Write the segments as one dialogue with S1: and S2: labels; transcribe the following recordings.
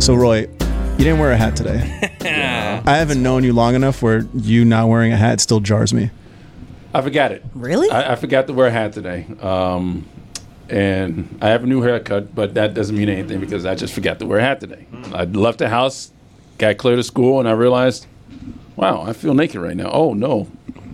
S1: So Roy, you didn't wear a hat today. I haven't known you long enough where you not wearing a hat still jars me.
S2: I forgot it.
S3: Really?
S2: I, I forgot to wear a hat today. Um, and I have a new haircut, but that doesn't mean anything because I just forgot to wear a hat today. I left the house, got clear to school, and I realized, wow, I feel naked right now. Oh no,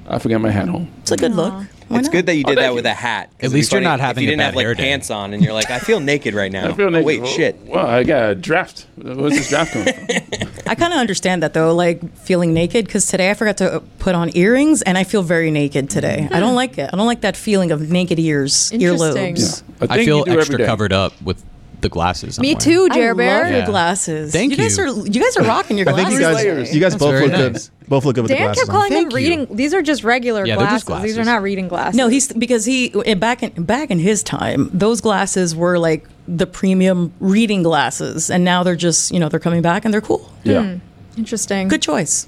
S2: I forgot my hat home.
S3: It's a good look. Why
S4: It's
S3: not?
S4: good that you did
S2: thank
S4: that
S2: you.
S4: with a hat. 'cause
S5: At
S4: it'd
S5: least
S4: be
S5: you're not
S4: funny if
S5: having
S4: You
S5: a
S4: didn't
S5: bad
S4: have like
S5: hair day.
S4: pants on, and you're like, I feel naked right now.
S2: I feel naked.
S4: Oh, wait,
S2: Well,
S4: shit.
S2: Well, I got a draft. Where's this draft coming from?
S6: I kind of understand that though, like feeling naked. Because today I forgot to put on earrings, and I feel very naked today. I don't like it. I don't like that feeling of naked ears,
S3: Interesting.
S6: earlobes.
S5: I feel extra covered up with the glasses. I'm
S7: Me
S5: wearing.
S7: too,
S6: I
S7: Jer
S6: love
S7: Bear.
S6: your
S5: Yeah.
S6: glasses.
S5: Thank
S6: you. guys
S5: you.
S6: are you guys are rocking your
S1: I think
S6: glasses.
S1: you guys,
S2: layers.
S1: you guys
S5: That's
S1: both
S5: very
S1: look
S5: nice.
S1: good. Both look good with the
S7: Dan
S1: glasses
S7: kept
S1: on.
S7: calling them
S5: Thank you.
S7: reading. These are just regular
S5: Yeah, they're
S7: glasses.
S5: just
S7: These are
S5: glasses.
S7: not reading glasses.
S6: no, he's because he and back in back in his time, those glasses were like the premium reading glasses, and now they're just you know they're coming back and they're cool.
S2: Yeah,
S7: interesting.
S6: Good choice.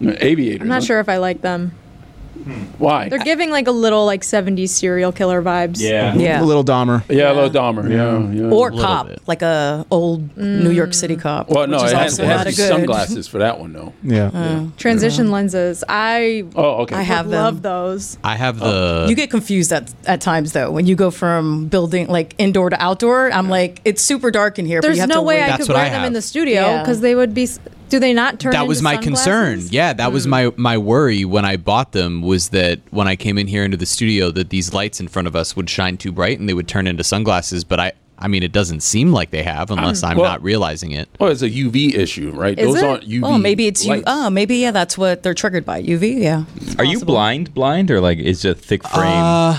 S2: aviators.
S7: I'm not
S2: huh?
S7: sure if I like them.
S2: why.
S7: They're giving like a little like 70s serial killer vibes.
S6: Yeah.
S1: A little Dahmer.
S2: yeah, a little Dahmer. Yeah, yeah.
S6: or
S5: little
S6: cop,
S5: bit.
S6: like a old New York City cop.
S2: well, no,
S6: which is
S2: it has,
S6: also
S2: it has
S6: not
S2: to be
S6: a good-
S2: sunglasses for that one though.
S1: Yeah.
S7: Uh, Transition lenses. I
S2: Oh, okay.
S6: I have them.
S7: love those.
S5: I have the.
S6: You get confused at, at times though when you go from building like indoor to outdoor. I'm like, it's super dark in here. but
S7: There's
S6: you have
S7: no
S6: to
S7: way
S6: wait.
S7: I
S5: That's
S7: could
S5: what
S7: wear
S5: I
S7: them
S5: have.
S7: in the studio
S6: Yeah.
S7: because they would be. s- Do they not turn?
S5: that was
S7: into
S5: my
S7: sunglasses?
S5: concern. Yeah, that was my my worry when I bought them was that when I came in here into the studio that these lights in front of us would shine too bright and they would turn into sunglasses. But I I mean it doesn't seem like they have unless I'm
S2: well-
S5: not realizing it.
S2: Oh, it's a UV issue, right?
S7: Is
S2: Those
S7: it?
S2: aren't UV.
S6: Oh, maybe it's you.
S2: lights.
S6: Oh, maybe yeah. That's what they're triggered by UV. Yeah.
S4: Are you blind, blind, or like is it a thick frame?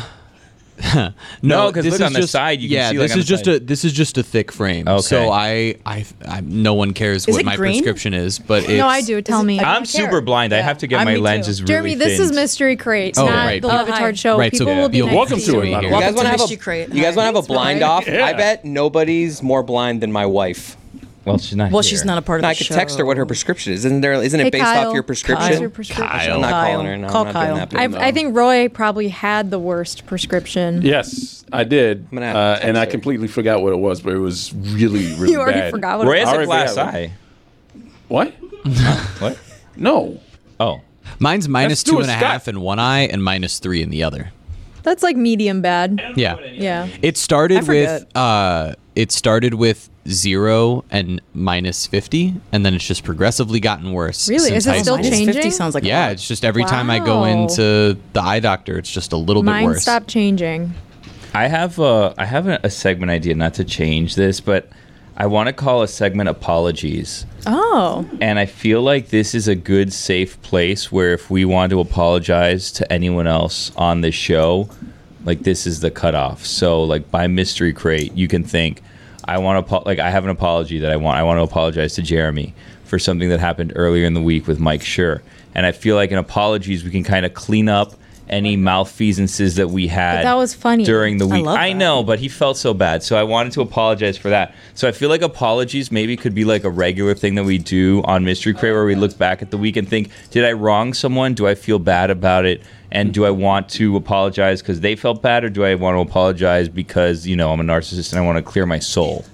S4: No, 'cause
S5: this
S4: look
S5: is
S4: on the side, you can
S5: yeah,
S4: see, like,
S5: this
S4: on
S5: is
S4: the
S5: just
S4: side.
S5: a this is just a thick frame.
S4: Okay.
S5: So I, I I no one cares what
S6: it
S5: my
S6: green?
S5: prescription is, but it's,
S7: No, I do. Tell me.
S4: I'm super blind. I have to get
S6: I'm
S4: my
S6: me too.
S4: lenses really
S7: Jeremy, this is
S4: thinned.
S7: Mystery Crate,
S5: Oh,
S7: not
S5: right.
S7: the
S5: Oh,
S6: hi.
S7: Levitard Show.
S5: Right, so
S7: People will be
S5: you're
S7: nice
S2: welcome
S7: to
S2: to
S7: you.
S2: it, by the
S4: You
S2: way.
S4: guys
S6: Welcome
S4: want
S6: to
S4: to have a
S6: Mystery Crate.
S4: You guys want to have a
S6: It's
S4: blind
S6: fine.
S4: off? I bet nobody's more blind than my wife. Well, she's not.
S6: Well, she's not a part of
S4: I
S6: the
S4: could
S6: show.
S4: text her what her prescription is. Isn't there? Isn't
S7: Hey,
S4: it based
S7: Kyle.
S4: off your prescription?
S7: What's your prescription?
S4: I'm not
S6: Kyle.
S4: calling her. No,
S6: Call
S4: I'm not
S6: Kyle.
S4: doing
S7: I,
S4: that. no.
S7: I think Roy probably had the worst prescription.
S2: Yes, I did,
S4: gonna have to
S2: uh,
S4: text
S2: and I
S4: her.
S2: completely forgot what it was, but it was really, really
S7: You already
S2: bad.
S7: forgot what
S4: Roy
S7: it
S4: has
S2: Alright,
S4: a glass
S2: yeah.
S4: eye.
S2: What?
S4: What?
S2: No.
S4: Oh,
S5: mine's minus
S2: do
S5: two
S2: a
S5: and a half
S2: Scott.
S5: in one eye and minus three in the other.
S7: was. That's like medium bad.
S5: Yeah.
S7: Yeah.
S5: It
S6: I
S5: started
S6: forget.
S5: with uh, it started with zero and minus fifty, and then it's just progressively gotten worse.
S7: Really?
S5: since
S7: Is it
S5: high
S7: still
S5: school.
S7: changing?
S6: Fifty sounds like oh, a
S5: Yeah,
S6: lot.
S5: it's just every time I go
S7: Wow.
S5: into the eye doctor, it's just a little bit
S7: Mine
S5: worse.
S7: stopped changing.
S4: I have a, I have a, a segment idea. Not to change this, but I want to call a segment apologies.
S7: Oh,
S4: And I feel like this is a good, safe place where if we want to apologize to anyone else on this show, like this is the cutoff. So, like by Mystery Crate, you can think, I want to, apo- like, I have an apology that I want. I want to apologize to Jeremy for something that happened earlier in the week with Mike Schur. And I feel like in apologies, we can kind of clean up any malfeasances that we had.
S7: that was funny.
S4: During the week.
S6: love
S4: I
S6: that.
S4: know, but he felt so bad. So I wanted to apologize for that. So I feel like apologies maybe could be like a regular thing that we do on Mystery Crate where we look back at the week and think, did I wrong someone? Do I feel bad about it? And do I want to apologize because they felt bad or do I want to apologize because, you know, I'm a narcissist and I want to clear my soul?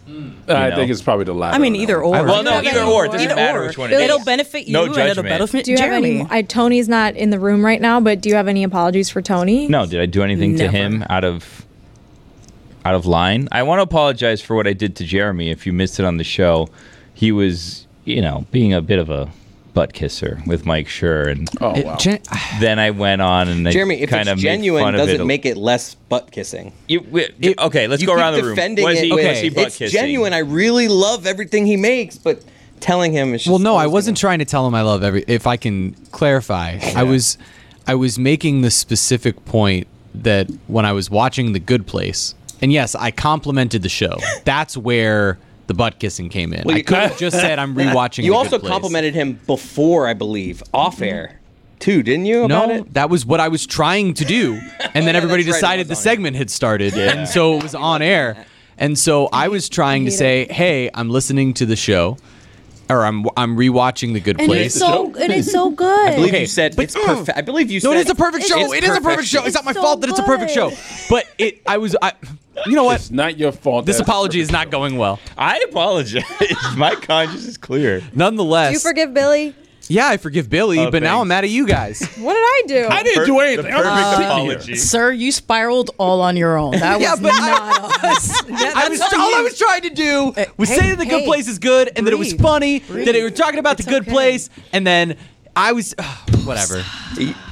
S2: I
S4: know.
S2: think it's probably the latter.
S6: I mean,
S2: on
S6: either
S2: that one.
S6: or.
S4: Well,
S6: Do you
S4: no,
S6: have
S4: either
S6: any
S4: or.
S6: more?
S4: It doesn't matter which one it
S6: Either
S4: is.
S6: or. It'll benefit you
S4: No
S6: and it'll
S4: judgment.
S6: benefit
S7: Do you have
S6: Jeremy.
S7: any? I, Tony's not in the room right now, but do you have any apologies for Tony?
S4: No, did I do anything to
S6: Never.
S4: him out of out of line? I want to apologize for what I did to Jeremy. If you missed it on the show, he was, you know, being a bit of a butt kisser with Mike Schur, and
S2: Oh
S5: It-
S2: wow.
S5: Jen-
S4: then I went on and I
S3: Jeremy, if
S4: kind
S3: it's
S4: of made fun
S3: genuine,
S4: of
S3: doesn't
S4: it. a-
S3: make it less butt kissing.
S4: You- we- okay, let's
S3: You
S4: go
S3: keep
S4: around the room.
S3: defending
S4: Was
S3: it
S4: he,
S3: with-
S4: was he butt
S3: it's
S4: kissing?
S3: genuine. I really love everything he makes, but telling him is just
S5: Well, no, I
S3: always
S5: wasn't
S3: gonna-
S5: trying to tell him I love every. If I can clarify, I was, I was making the specific point that when I was watching The Good Place, and yes, I complimented the show. That's where the butt kissing came in. I
S3: you
S5: could have just said I'm rewatching.
S3: You
S5: The
S3: also
S5: Good Place.
S3: complimented him before, I believe, off air, too, didn't you? About
S5: No,
S3: it?
S5: that was what I was trying to do, and then everybody
S3: that's right, it
S5: decided
S3: was
S5: the
S3: on air.
S5: segment had started, and so it was on air. And so I was trying to say, "Hey, I'm listening to the show, or I'm I'm rewatching The Good
S7: And
S5: Place."
S7: it's so and it's so good.
S3: I believe
S5: Okay,
S3: you said
S5: but-
S3: it's perfect. I believe you
S5: No,
S3: said
S5: it is a perfect show. It is a perfect show. It's
S3: perfection.
S5: not my
S7: It's
S5: fault
S7: so
S5: that it's a perfect show.
S7: good.
S5: But it, I was, I, you know what?
S2: It's not your fault.
S5: This
S2: that it's
S5: apology is
S2: perfect
S5: not
S2: show.
S5: going well.
S4: I apologize. My conscience is clear.
S5: Nonetheless,
S7: Do you forgive Billy?
S5: yeah, I forgive Billy,
S4: Oh,
S5: but now
S4: thanks.
S5: I'm mad at you guys.
S7: What did I do?
S2: I didn't do anything. I'm just sitting here.
S6: Sir, you spiraled all on your own. That
S5: Yeah,
S6: was
S5: but I-
S6: not us. That-
S5: I was,
S6: that's
S5: all I
S6: you.
S5: was trying to do was
S6: hey,
S5: say that the good
S6: hey,
S5: place is good and that it was
S6: breathe,
S5: funny, that they were talking about
S6: It's
S5: the good
S6: okay.
S5: place, and then I was, whatever.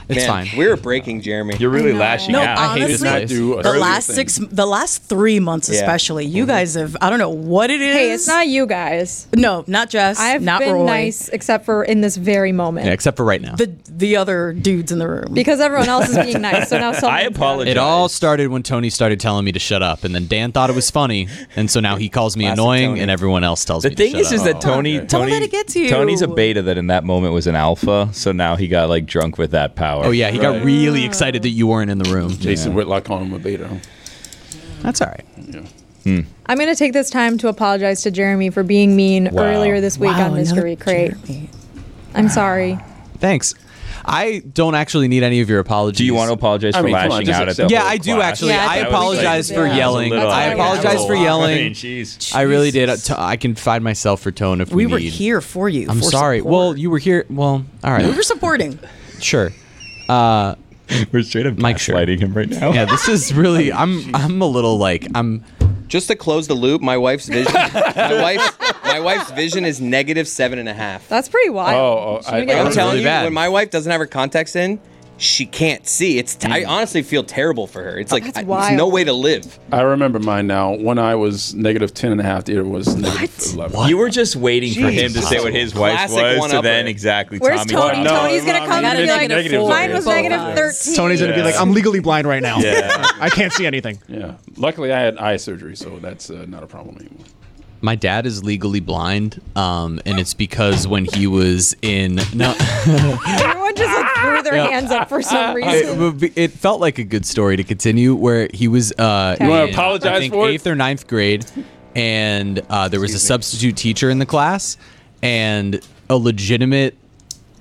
S5: It's
S3: Man,
S5: fine.
S3: We're breaking Jeremy.
S4: You're really lashing
S6: No,
S4: out.
S5: I hate this
S6: honestly,
S5: place.
S2: Do a
S6: the
S2: earlier
S6: last
S2: thing.
S6: six, the last three months
S3: Yeah.
S6: especially, you guys have. I don't know what it is.
S7: hey, it's not you guys.
S6: No, not Jess.
S7: I've
S6: not
S7: been
S6: Roy.
S7: nice except for in this very moment.
S5: Yeah, except for right now.
S6: The the other dudes in the room.
S7: because everyone else is being nice. So now someone
S4: I apologize.
S5: It all started when Tony started telling me to shut up, and then Dan thought it was funny, and so now he calls me
S3: Classic
S5: annoying,
S3: Tony.
S5: and everyone else tells
S4: The
S5: me.
S4: thing
S5: to shut
S4: is, is
S5: up.
S4: that Tony,
S2: okay.
S6: Don't
S4: Tony,
S6: let it get to you.
S4: Tony's a beta that in that moment was an alpha, so now he got like drunk with that power.
S5: Oh yeah, he got really excited that you weren't in the room.
S2: Jason Whitlock calling him a beta.
S5: That's all right.
S7: I'm going to take this time to apologize to Jeremy for being mean
S4: Wow.
S7: earlier this week on Mystery Crate. I'm sorry.
S5: Thanks. I don't actually need any of your apologies.
S4: Do you want to apologize for
S2: I mean, come on,
S4: lashing
S2: just
S4: out at the
S2: accept
S5: Yeah,
S4: whole
S5: I do
S4: class?
S5: actually.
S7: Yeah,
S5: I
S7: that
S4: was like-
S5: apologize
S7: Yeah.
S5: for
S7: That's a
S5: yelling.
S7: little
S5: I
S7: out of
S5: apologize
S7: control.
S5: for
S4: I mean,
S5: yelling.
S4: jeez.
S5: I really did. Uh, T- I can find myself for tone if we,
S6: We were
S5: need.
S6: here for you.
S5: I'm
S6: for
S5: sorry.
S6: support.
S5: Well, you were here. Well, all
S6: we
S5: right.
S6: were supporting.
S5: sure.
S4: We're straight up
S5: Mike Schur.
S4: gaslighting him right now.
S5: Yeah, this is really. I'm. I'm a little like. I'm.
S3: Just to close the loop, my wife's vision. my wife's my wife's vision is negative seven and a half.
S7: That's pretty wild.
S2: Oh, oh, I-
S7: Should we
S3: I'm
S7: get-
S5: really
S3: telling you,
S5: bad.
S3: when my wife doesn't have her contacts in, she can't see. It's t- I honestly feel terrible for her. It's like
S7: That's
S3: I- there's
S7: wild.
S3: no way to live.
S2: I remember mine now. One eye was negative 10 and a half. The other was negative 11.
S4: You were just waiting for him
S3: Jesus.
S4: to say what his wife
S3: Classic
S4: was, so
S3: one-upper.
S4: then exactly
S7: Where's
S4: Tommy.
S7: Tony?
S2: Oh, no,
S7: Tony's going
S2: no,
S7: to
S2: no,
S7: come and
S2: you
S7: be
S2: missed
S7: like,
S2: negatives
S7: mine
S2: over
S7: was
S2: here.
S7: negative
S6: Both
S7: 13.
S1: Tony's gonna be
S4: Yeah.
S1: like, I'm legally blind right now.
S4: Yeah.
S1: I can't see anything.
S2: Yeah. Luckily, I had eye surgery, so that's uh, not a problem anymore.
S5: My dad is legally blind, um, and it's because when he was in no.
S7: Everyone just like threw their hands up for some
S5: it,
S7: reason.
S5: would be- it felt like a good story to continue where he was uh
S7: You wanna
S5: in,
S2: apologize
S5: I think
S2: for it?
S5: eighth or ninth grade and uh, there was a substitute teacher in the class and a legitimate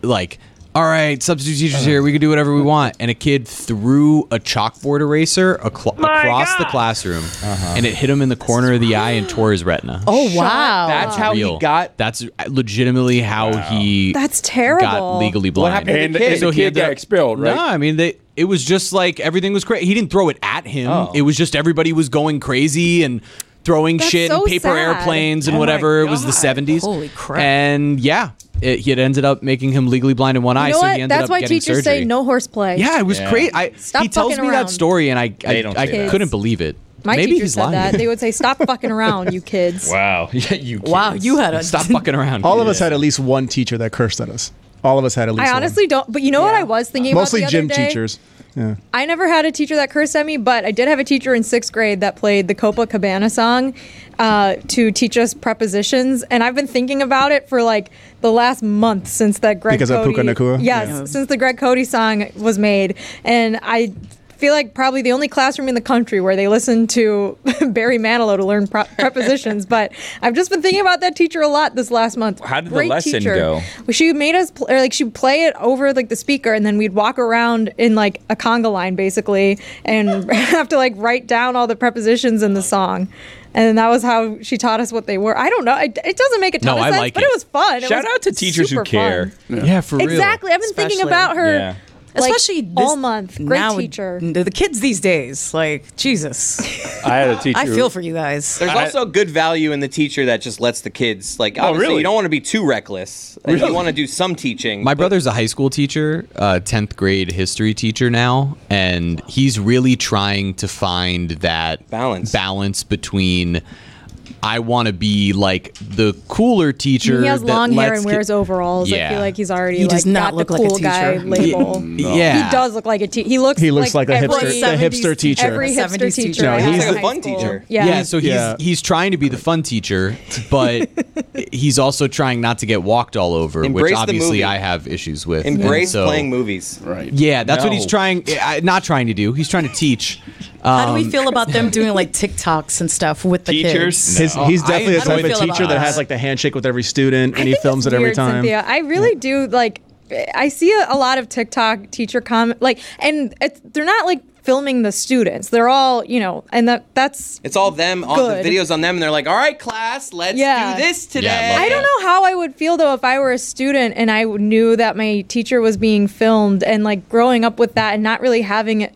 S5: like all right substitute teacher's here we can do whatever we want and a kid threw a chalkboard eraser aclo- across the classroom
S3: Uh-huh.
S5: and it hit him in the corner of the eye and tore his retina
S6: Oh wow.
S3: That's how
S5: Real.
S3: he got.
S5: that's legitimately how he
S7: That's terrible.
S5: got legally blind
S3: What happened to
S2: And-
S3: the kid?
S2: and so The kid
S5: ended
S2: got
S5: up-
S2: expelled, right?
S5: No, I mean they. It was just like everything was crazy. He didn't throw it at him.
S3: Oh.
S5: It was just everybody was going crazy and throwing
S7: That's
S5: shit
S7: so
S5: and paper
S7: sad.
S5: airplanes and whatever. It was the seventies.
S6: Holy crap.
S5: And yeah, it, he had ended up making him legally blind in one eye.
S7: You know
S5: so
S7: what?
S5: he ended
S7: That's
S5: up
S7: why
S5: getting
S7: teachers
S5: surgery.
S7: say no horseplay.
S5: Yeah, it was
S4: Yeah.
S5: crazy. I
S7: Stop
S5: he tells
S7: fucking
S5: me
S7: around.
S5: that story and I I,
S4: They don't
S5: I
S4: say that.
S5: couldn't believe it.
S7: My
S5: Maybe
S7: teacher
S5: he's
S7: said
S5: lying.
S7: that. They would say, stop fucking around, you kids.
S4: Wow. Yeah, you
S6: Wow,
S4: kids.
S6: you had a
S5: Stop fucking around.
S1: All of us had at least one teacher that cursed at us. All of us had at least.
S7: I
S1: one.
S7: honestly don't. But you know what I was thinking
S1: mostly
S7: about the
S1: gym
S7: other day?
S1: teachers. Yeah.
S7: I never had a teacher that cursed at me, but I did have a teacher in sixth grade that played the Copacabana song uh, to teach us prepositions, and I've been thinking about it for like the last month since that Greg
S1: Because of
S7: Cody,
S1: Puka Nakua?
S7: Yes,
S6: Yeah.
S7: since the Greg Cody song was made, and I feel like probably the only classroom in the country where they listen to Barry Manilow to learn pro- prepositions. But I've just been thinking about that teacher a lot this last month.
S4: How did the lesson go?
S7: Well, she made us pl- or like she'd play it over like the speaker, and then we'd walk around in like a conga line basically, and have to like write down all the prepositions in the song. And that was how she taught us what they were. I don't know. It, it doesn't make a ton
S5: No,
S7: of
S5: I
S7: sense,
S5: like
S7: but
S5: it.
S7: it was fun. It
S4: Shout
S7: was
S4: out to teachers who
S7: super fun.
S4: care.
S5: Yeah, for real.
S7: Exactly. I've been thinking
S6: Especially-
S7: about her
S4: Yeah.
S7: Like,
S6: Especially this,
S7: all month. Great
S6: now-
S7: teacher.
S6: The the kids these days, like Jesus,
S2: I had a teacher.
S6: I feel for you guys.
S3: There's also good value in the teacher that just lets the kids like. Obviously,
S2: really?
S3: you don't want to be too reckless. Like,
S2: Really?
S3: You want to do some teaching.
S5: My
S3: but-
S5: brother's a high school teacher, uh, 10th grade history teacher now, and he's really trying to find that
S3: Balance.
S5: balance between I want to be like the cooler teacher.
S7: He has
S5: that
S7: long hair
S5: lets
S7: and
S5: ki-
S7: wears overalls. I
S5: Yeah.
S7: feel like he's already
S6: He
S7: like,
S6: does not
S7: got
S6: look
S7: the
S6: like a
S7: cool guy
S6: teacher.
S7: label.
S5: Yeah.
S7: He does look like a teacher. He looks.
S1: He looks like a
S7: every-
S1: hipster- the hipster teacher.
S7: Every
S6: A 70s
S7: hipster teacher.
S6: teacher.
S7: I
S1: No,
S7: had
S1: he's
S7: in
S3: the
S7: high
S3: fun
S7: school.
S3: teacher.
S7: Yeah.
S5: Yeah, so he's
S1: Yeah.
S5: he's trying to be the fun teacher, but he's also trying not to get walked all over,
S3: Embrace
S5: which
S3: the movie.
S5: obviously I have issues with. and
S3: embrace
S5: so-
S3: playing movies.
S2: Right.
S5: Yeah, that's what he's
S2: No.
S5: trying. eh, I- Not trying to do. He's trying to teach.
S6: How do we feel about
S5: um,
S6: them doing like TikToks and stuff with the
S2: Teachers?
S6: kids?
S1: His, he's
S5: Oh, I-
S1: definitely the
S5: how do we
S1: type of
S6: feel about
S1: teacher that
S6: that?
S1: has like the handshake with every student and he
S7: think
S1: films
S7: it's
S1: it every
S7: weird, uh,
S1: time.
S7: Cynthia. I really do like. I see a, a lot of TikTok teacher comment like, and it's, they're not like filming the students. They're all you know, and that that's.
S3: It's all them. All
S7: Good.
S3: the videos on them, and they're like, "All right, class, let's
S7: Yeah.
S3: do this today."
S5: Yeah,
S7: I don't know how I would feel though if I were a student and I knew that my teacher was being filmed and like growing up with that and not really having it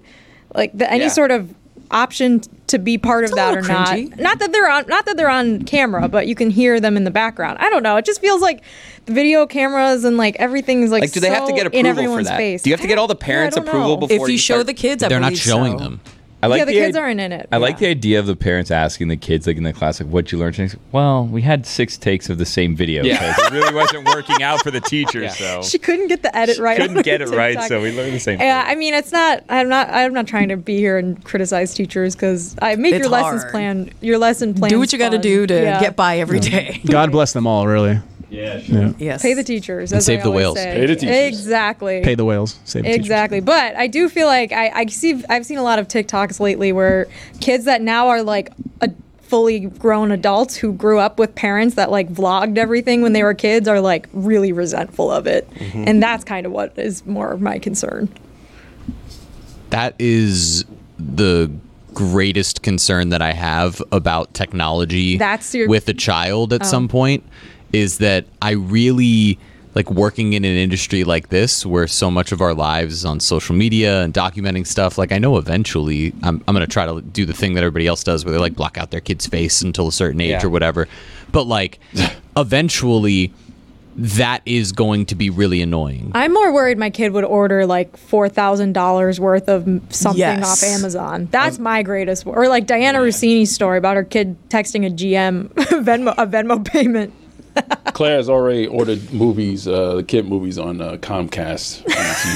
S7: like the, any
S3: Yeah.
S7: sort of option to be part
S6: a
S7: of that or
S6: little
S7: not.
S6: cringy.
S7: Not that they're on not that they're on camera, but you can hear them in the background. I don't know. It just feels like the video cameras and like everything's like
S3: Like, do they have to
S7: so
S3: get
S7: in
S3: approval for
S7: everyone's
S3: that?
S7: face.
S3: Do you have to
S7: I
S3: get all the
S7: don't- yeah, I
S3: parents'
S7: don't
S3: approval
S7: know.
S3: before
S6: If you show
S3: start-
S6: the kids, I
S5: They're not
S6: believe
S5: showing
S6: so.
S5: them.
S4: I
S7: Yeah, the kids
S4: i-
S7: aren't in it.
S4: I like
S7: Yeah.
S4: the idea of the parents asking the kids, like in the class, like, "What'd you learn?" today?" Well, we had six takes of the same video.
S3: Yeah.
S4: 'cause it really wasn't working out for the teacher, so
S7: She couldn't get the edit right.
S4: couldn't
S7: on
S4: get it right.
S7: TikTok.
S4: So we learned the same.
S7: Yeah, I mean, it's not. I'm not. I'm not trying to be here and criticize teachers because I make
S6: It's
S7: your lessons
S6: hard.
S7: plan. Your lesson plan.
S6: Do what you got to do to get by every day.
S1: God bless them all, really.
S6: Yes.
S7: Pay the teachers. And
S5: save the whales.
S2: Pay the teachers.
S7: Exactly.
S1: Pay the whales. Save the teachers.
S7: Exactly, but I do feel like I, I see I've seen a lot of TikToks lately where kids that now are like a fully grown adults who grew up with parents that like vlogged everything when they were kids are like really resentful of it, and that's kind of what is more of my concern.
S5: That is the greatest concern that I have about technology
S7: That's your- Oh.
S5: with a child at some point is that I really like working in an industry like this where so much of our lives is on social media and documenting stuff like I know eventually I'm, I'm going to try to do the thing that everybody else does where they like block out their kid's face until a certain age
S3: Yeah.
S5: or whatever but like eventually that is going to be really annoying
S7: I'm more worried my kid would order like four thousand dollars worth of m- something
S6: Yes.
S7: off Amazon. That's my greatest. wor- Or like Diana Rossini's story about her kid texting a GM Venmo a Venmo payment.
S2: Claire's already ordered movies, uh, kid movies on uh, Comcast.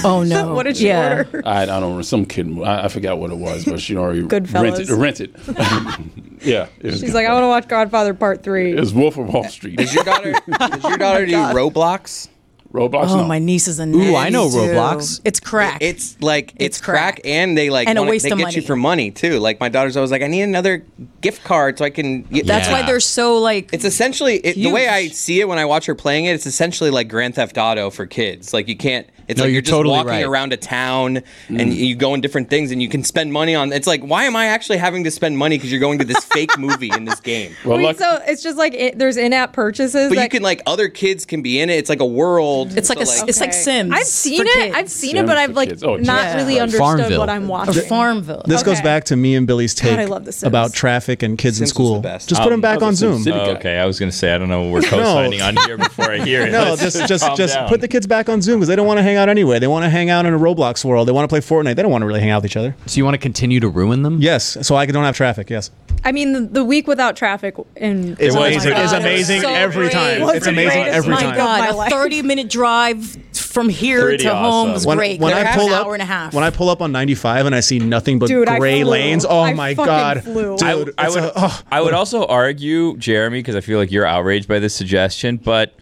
S6: Oh no!
S7: What did she order?
S2: I, I don't know some kid. mo- I, I forgot what it was, but she already rented.
S7: Goodfellas.
S2: Rented. yeah. it was
S7: She's like, I want to watch Godfather Part Three.
S2: It was Wolf of Wall Street.
S3: Does your daughter? Oh does your daughter do Roblox?
S2: Roblox.
S6: Oh,
S2: no.
S6: my niece is a.
S5: Ooh, I know
S6: too.
S5: Roblox.
S6: It's crack.
S3: It's like it's,
S6: It's
S3: crack.
S6: crack.
S3: and they like
S6: And a
S3: wanna-
S6: waste
S3: they
S6: of
S3: get you
S6: money.
S3: for money too. Like my daughter's always like, I need another gift card so I can. Get,
S6: That's
S5: Yeah.
S6: why they're so like.
S3: It's essentially it, the way I
S6: Huge.
S3: see it when I watch her playing it. It's essentially like Grand Theft Auto for kids. Like you can't. It's
S5: No,
S3: like
S5: you're
S3: you're, just
S5: totally
S3: walking
S5: right. Mm.
S3: around a town and you go in different things and you can spend money on. It's like why am I actually having to spend money because you're going to this fake movie in this game?
S2: Well,
S7: Wait,
S2: luck-
S7: so it's just like it, there's in-app purchases.
S3: But you
S7: that-
S3: can like other kids can be in it. It's like a world.
S6: It's like
S3: So,
S6: a s- it's like
S7: Okay.
S6: Sims
S7: I've
S6: for
S7: seen it. I've
S6: kids.
S7: seen it,
S2: Sims
S7: but
S2: for
S7: I've like
S2: kids. Oh,
S7: not
S2: Jesus
S7: really
S2: Christ.
S7: understood
S5: Farmville.
S7: what I'm
S6: or
S7: watching.
S6: Farmville.
S1: This goes
S7: Okay.
S1: back to me and Billy's take
S7: I love The Sims.
S1: about traffic and kids
S3: Sims was
S1: in school.
S3: the best.
S1: Just put them back
S2: that
S1: on
S2: was a
S1: Zoom.
S2: Sim City
S4: Oh,
S2: guy.
S4: okay, I was gonna say I don't know what we're co-signing on here before I hear it.
S1: No,
S4: Let's
S1: just just
S4: calm
S1: just
S4: down.
S1: put the kids back on Zoom because they don't want to hang out anyway. They want to hang out in a Roblox world. They want to play Fortnite. They don't want to really hang out with each other.
S5: so you want to continue to ruin them
S1: Yes, so I don't have traffic. Yes,
S7: I mean, the, the week without traffic in
S1: it's
S6: Oh
S4: was
S1: amazing.
S4: pretty
S1: It's
S4: good.
S1: amazing
S6: It was so
S1: every
S6: great.
S1: time.
S6: It was
S1: It's amazing
S7: great.
S1: every
S6: my
S1: time.
S7: My
S6: God,
S7: life.
S6: a 30 minute drive from here
S4: Pretty
S6: to
S4: awesome.
S6: home is
S4: When-
S6: great.
S1: when I
S6: There's
S1: pull
S6: an
S1: up,
S6: hour and a half.
S1: when I pull up on 95 and I see nothing but
S7: Dude, I
S1: gray
S7: flew.
S1: lanes. Oh
S7: I
S1: my
S7: fucking
S1: god,
S7: flew.
S1: dude!
S7: I
S4: w- I
S1: it's
S4: would,
S1: a- oh.
S4: I would also argue, Jeremy, because I feel like you're outraged by this suggestion, but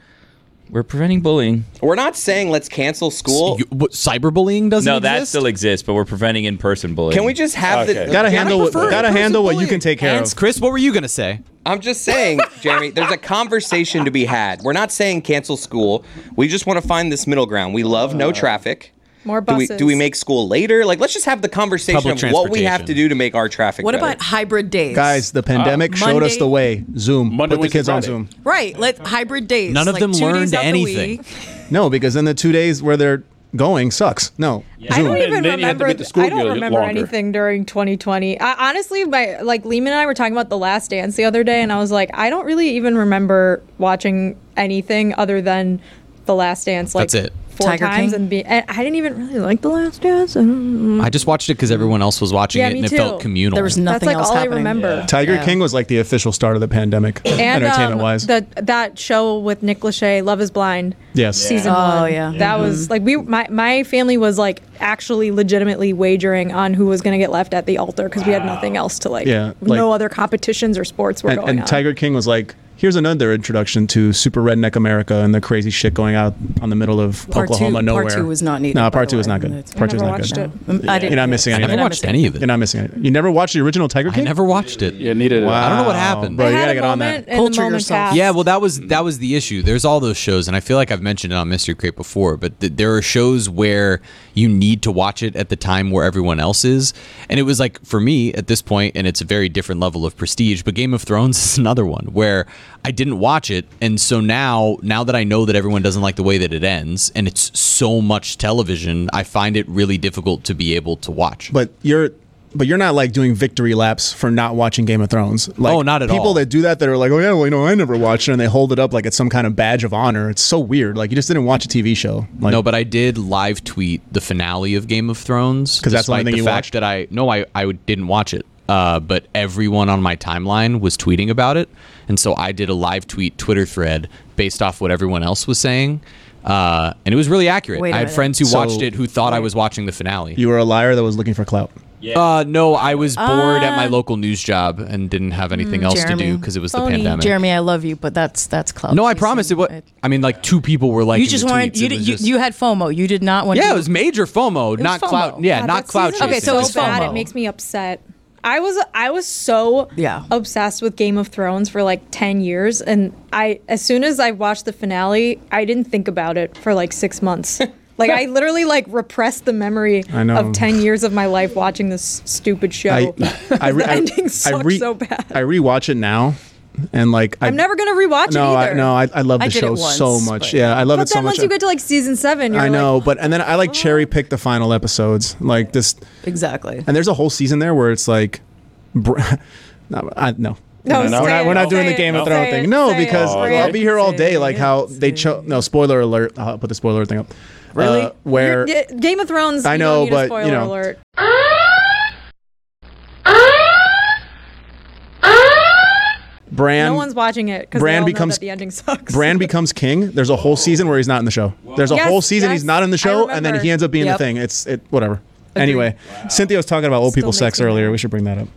S4: we're preventing bullying.
S3: we're not saying let's cancel school.
S5: You- what, cyberbullying doesn't
S4: No, that
S5: exist?
S4: still exists, but we're preventing in-person bullying.
S3: Can we just have
S2: Okay.
S3: the
S1: Gotta
S3: Yeah, I
S1: handle what
S3: prefer-
S1: gotta handle what you can take care
S5: Ants,
S1: of.
S5: Chris, what were you gonna say?
S3: I'm just saying, Jeremy, there's a conversation to be had. We're not saying cancel school. We just want to find this middle ground. We love no traffic.
S7: more
S3: Do we,
S7: buses.
S3: do we make school later? Like, let's just have the conversation
S5: Public
S3: of what we have to
S5: transportation.
S3: do to make our traffic
S6: what
S3: better.
S6: about hybrid days?
S1: Guys, the pandemic showed us
S6: Monday-
S1: the way. Zoom.
S2: Monday,
S1: Put the
S2: Wednesday,
S1: kids on
S2: Friday.
S1: Zoom.
S6: Right, let hybrid days.
S5: None of
S6: like
S5: them
S6: two days
S5: learned
S6: out the
S5: anything.
S6: week.
S1: No, because then the two days where they're going sucks. No.
S7: I don't
S1: Zoom.
S7: even
S2: And then you had to
S7: remember.
S2: make the
S7: th-
S2: school
S7: I don't
S2: year
S7: remember
S2: longer.
S7: anything during 2020. I, honestly, my like Lehman and I were talking about the Last Dance the other day, and I was like, I don't really even remember watching anything other than the Last Dance. Like
S5: That's it.
S7: Four
S6: Tiger
S7: times
S6: King?
S7: and, be, and I didn't even really like the Last Dance. I don't-
S5: I just watched it because everyone else was watching
S7: Yeah,
S5: it
S7: me
S5: and it
S7: too.
S5: felt communal.
S6: There was
S7: That's
S6: nothing
S7: like
S6: else
S7: all I
S6: happening.
S7: remember.
S1: Tiger
S6: Yeah.
S1: King was like the official start of the pandemic,
S7: And
S1: entertainment
S7: um,
S1: wise.
S7: the, that show with Nick Lachey, Love Is Blind.
S1: yes.
S7: Season
S6: Oh,
S7: one.
S6: yeah.
S7: That was like we my my family was like actually legitimately wagering on who was going to get left at the altar because we had nothing else to like,
S1: Yeah,
S7: no
S1: like-
S7: other competitions or sports were
S1: and,
S7: going
S1: and
S7: on.
S1: Tiger King was like, here's another introduction to super redneck America and the crazy shit going out on the middle of
S6: Part two-
S1: Oklahoma
S6: part
S1: nowhere.
S6: two was not needed,
S1: No,
S6: by
S1: part
S6: the
S1: two was
S6: way.
S1: not good.
S6: That's-
S1: Part
S7: I
S1: two was
S7: never
S1: not
S7: watched
S1: good.
S6: it. Mm, I didn't-
S1: You're not missing
S6: I
S5: I
S1: anything.
S5: never watched any of it.
S1: You're not missing it. You never watched the original Tiger
S5: I
S1: King?
S5: never watched it.
S2: You needed it.
S5: I don't know what
S1: Wow.
S5: happened.
S1: Bro,
S7: I
S1: you
S7: had
S1: gotta
S7: a
S1: get on
S7: moment,
S1: that.
S7: and the
S6: Culture
S7: moment
S6: yourself.
S7: passed.
S5: Yeah, well, that was that was the issue. There's all those shows, and I feel like I've mentioned it on Mystery Crate before, but th- there are shows where you need to watch it at the time where everyone else is, and it was like for me at this point, and it's a very different level of prestige. But Game of Thrones is another one where I didn't watch it, and so now now that I know that everyone doesn't like the way that it ends, and it's so much television, I find it really difficult to be able to watch.
S1: But you're. But you're not like doing victory laps for not watching Game of Thrones. Like,
S5: Oh, not at
S1: people
S5: all.
S1: that do that that are like, oh yeah, well you know I never watched it, and they hold it up like it's some kind of badge of honor. It's so weird. Like you just didn't watch a TV show. Like,
S5: no, but I did live tweet the finale of Game of Thrones
S1: 'Cause that's the only
S5: despite
S1: thing you
S5: fact
S1: watched?
S5: that I no, I I would- didn't watch it. Uh, but everyone on my timeline was tweeting about it, and so I did a live tweet Twitter thread based off what everyone else was saying, uh, and it was really accurate.
S6: Wait a
S5: I had
S6: minute.
S5: friends who
S1: So-
S5: watched it who thought I was watching the finale.
S1: you were a liar that was looking for clout.
S5: uh, no, I was bored at my local news job and didn't have anything else
S6: Ah. Jeremy.
S5: to do because it was the
S7: Phony.
S5: pandemic.
S6: Jeremy, I love you, but that's that's clout.
S5: No, I
S6: chasing.
S5: promise it. What
S6: It-
S5: I mean, like two people were like
S6: You just weren't. You, did- you, you had FOMO. You did not want.
S5: yeah,
S6: to,
S5: it was major FOMO,
S6: was
S5: not clout.
S6: FOMO.
S5: Yeah,
S7: God,
S5: not
S7: that
S5: clout.
S7: season
S6: Okay,
S7: is
S5: chasing.
S6: so
S7: so
S6: it was
S7: bad
S6: FOMO.
S7: it makes me upset. I was I was so
S6: Yeah.
S7: obsessed with Game of Thrones for like ten years, and I as soon as I watched the finale, I didn't think about it for like six months. like I literally like repressed the memory
S1: I know.
S7: of ten years of my life watching this stupid show.
S1: I, I, re-
S7: the
S1: I-
S7: ending sucked
S1: re-
S7: so bad.
S1: I rewatch it now, and like I,
S7: I'm never gonna rewatch
S1: no,
S7: it
S1: I,
S7: either.
S1: no, I, I love the
S6: I did it
S1: show
S6: once,
S1: so much.
S6: but-
S1: Yeah, I love
S7: but
S1: it so
S7: then
S1: much.
S7: once you get to like season seven, you're
S1: I know,
S7: Like, "Oh."
S1: but and then I like cherry pick the final episodes, like this,
S6: exactly.
S1: and there's a whole season there where it's like, br- no, I, no.
S7: no,
S2: No, no,
S7: say
S1: We're not,
S7: it,
S1: we're not
S7: say
S1: doing the
S7: it,
S1: Game of
S7: say
S1: Thrones
S7: it,
S1: thing. No,
S7: say it,
S1: because
S7: say
S2: really?
S1: I'll
S7: it.
S1: be here all day.
S6: Say
S1: Like
S6: it,
S1: how they chose. No, spoiler alert. I'll put the spoiler alert thing up. Really? where
S7: You're- yeah, Game of Thrones.
S1: I
S7: you don't
S1: know,
S7: need a
S1: but, you
S7: spoiler
S1: know.
S7: alert.
S1: Bran?
S7: no one's watching it because
S1: Bran
S7: Bran
S1: becomes-
S7: becomes that the ending sucks.
S1: Bran becomes king. There's a whole season where he's not in the show. There's a
S7: Yes,
S1: whole season
S7: yes,
S1: he's not in the
S7: I
S1: show, and then
S7: remember.
S1: he ends up being
S6: Yep.
S1: the thing. It's it whatever. Anyway, Cynthia was talking about old people
S7: makes
S1: sex
S7: me
S1: earlier.
S7: mad.
S1: We should bring that up.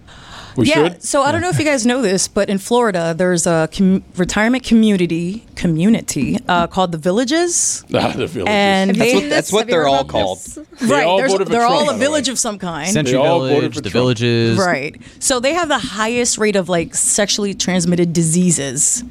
S2: We
S6: yeah.
S2: should.
S6: So I don't know if you guys know this, but in Florida, there's a com- retirement community community uh, called the Villages,
S2: Ah, the villages.
S6: and
S7: Have you
S6: they
S7: seen
S3: what- that's
S7: this?
S3: what
S7: Have you
S3: they're
S7: heard
S3: all
S7: about
S3: called.
S7: this?
S6: right,
S2: all
S6: there's-
S2: voted for
S6: they're
S2: Trump,
S6: all
S2: by
S6: a
S2: the
S6: village
S2: way.
S6: of some kind.
S5: Century
S2: They all
S5: Village,
S2: voted
S5: the
S2: for Trump.
S5: villages.
S6: Right. So they have the highest rate of like sexually transmitted diseases.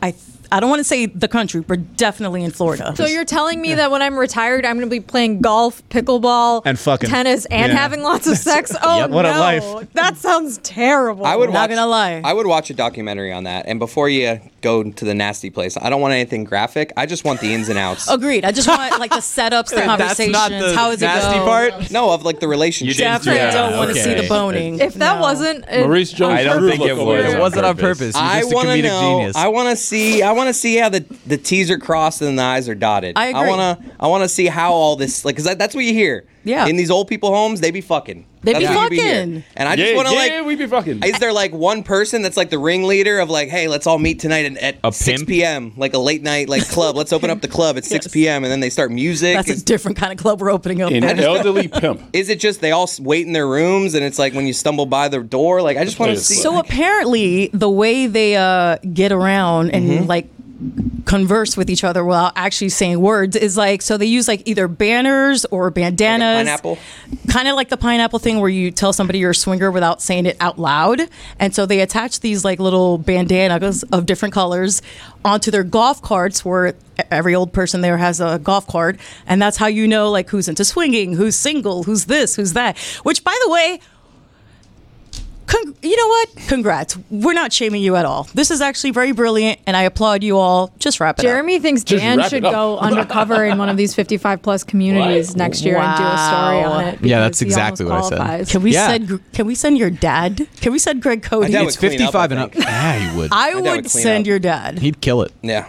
S6: I I don't want to say the country, but definitely in Florida.
S7: So you're telling me that when I'm retired, I'm going to be playing golf, pickleball,
S1: And fucking.
S7: tennis, and
S1: Yeah.
S7: having lots of sex. Oh
S1: Yep. What a
S7: no,
S1: life.
S7: that sounds terrible.
S3: I would watch,
S6: Not gonna lie.
S3: I would watch a documentary on that. And before you go to the nasty place, I don't want anything graphic. I just want the ins and outs.
S6: Agreed. I just want like the setups, the conversations. How is it go?
S3: No, of like the relationship.
S6: Definitely
S4: Yeah,
S6: don't want to
S4: okay.
S6: see the boning.
S7: If that
S6: No.
S7: wasn't it,
S2: Maurice Jones.
S4: I don't
S2: Drew
S4: think
S2: look
S4: it
S2: over
S4: was.
S2: there.
S5: It wasn't on purpose. You're
S3: I
S5: just a
S3: want to
S5: comedic
S3: know.
S5: genius.
S3: I want to see. I want to see how the the T's are crossed and the I's are dotted.
S6: I agree.
S3: want to. I want to see how all this like because that, that's what you hear.
S6: Yeah.
S3: In these old people homes, they be fucking.
S6: They
S3: That's
S6: be
S3: what you hearing.
S6: fucking.
S3: and I
S2: Yeah,
S3: just want to
S2: yeah,
S3: like.
S2: we be fucking.
S3: is there like one person that's like the ringleader of like, hey, let's all meet tonight at, at
S4: A
S3: 6
S4: pimp?
S3: p.m. like a late night like club. Let's open up the club at 6 p.m. and then they start music.
S6: That's a
S3: is,
S6: different kind of club we're opening up.
S2: An
S6: there.
S2: elderly pimp.
S3: is it just they all s- wait in their rooms and it's like when you stumble by the door? Like I just want to
S2: place.
S3: see.
S6: So apparently, the way they uh, get around and like converse with each other without actually saying words is like so they use like either banners or bandanas,
S3: pineapple?
S6: kind of like the pineapple thing where you tell somebody you're a swinger without saying it out loud. And so they attach these like little bandanas of different colors onto their golf carts where every old person there has a golf cart and that's how you know like who's into swinging who's single who's this who's that which by the way Con- you know what? Congrats. We're not shaming you at all. This is actually very brilliant, and I applaud you all. Just wrap it up.
S7: Jeremy thinks
S2: Just
S7: Dan
S2: wrap
S7: should
S2: it up.
S7: go undercover in one of these 55 plus communities
S2: What?
S7: next year and do a story on it.
S5: Yeah,
S7: because
S5: that's
S7: he
S5: exactly
S7: almost
S5: what I said.
S7: qualifies.
S6: Can we
S5: Yeah.
S6: send? Can we send your dad? Can we send Greg Cody?
S3: That
S5: it's
S3: would clean up,
S5: 55
S3: I
S5: and up.
S3: think.
S5: Yeah, you would.
S6: I
S3: would
S6: would,
S3: clean
S6: send
S3: up.
S6: your dad.
S5: He'd kill it.
S3: Yeah.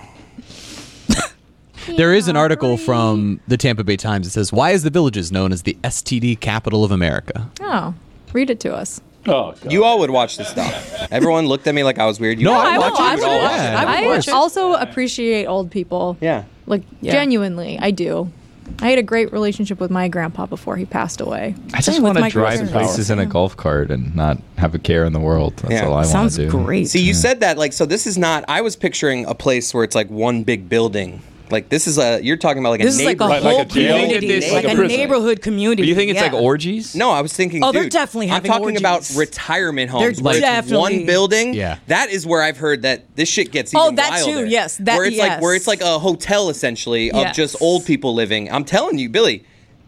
S5: There is an article from the Tampa Bay Times that says, Why is the villages known as the STD capital of America?
S7: Oh, read it to us.
S2: Oh, God.
S3: You all would watch this stuff. Everyone looked at me like I was weird. You
S5: No,
S3: all
S5: I
S3: would
S5: won't.
S3: watch
S5: I
S3: it. You all
S5: won't.
S3: watch it.
S5: Yeah.
S7: I
S5: of course.
S7: also appreciate old people.
S3: Yeah.
S7: Like, genuinely, I do. I had a great relationship with my grandpa before he passed away.
S4: I just
S6: Same with
S4: want to
S6: my
S4: drive
S6: grandparents.
S4: places in a golf cart and not have a care in the world. That's
S3: Yeah.
S4: all I want
S6: Sounds
S4: to do.
S6: great.
S3: See, you said that like so. This is not. I was picturing a place where it's like one big building. Like this is a. You're talking about like a
S6: this is like a
S3: neighborhood.
S2: Like-
S6: whole
S2: like a jail?
S6: community,
S4: Like a
S6: like, a,
S2: prison.
S6: neighborhood community.
S4: Do you think it's like
S6: yeah.
S4: orgies?
S3: no, I was thinking.
S6: Oh, they're
S3: dude,
S6: definitely
S3: I'm
S6: having
S3: talking about
S6: orgies.
S3: retirement homes.
S6: They're
S3: where it's
S6: definitely-
S3: one building.
S5: Yeah.
S3: That is where I've heard that this shit gets.
S6: Oh,
S3: even
S6: that too,
S3: wilder.
S6: yes, that-
S3: where it's like where it's
S6: yes.
S3: like a hotel essentially of
S6: Yes.
S3: just old people living. I'm telling you, Billy.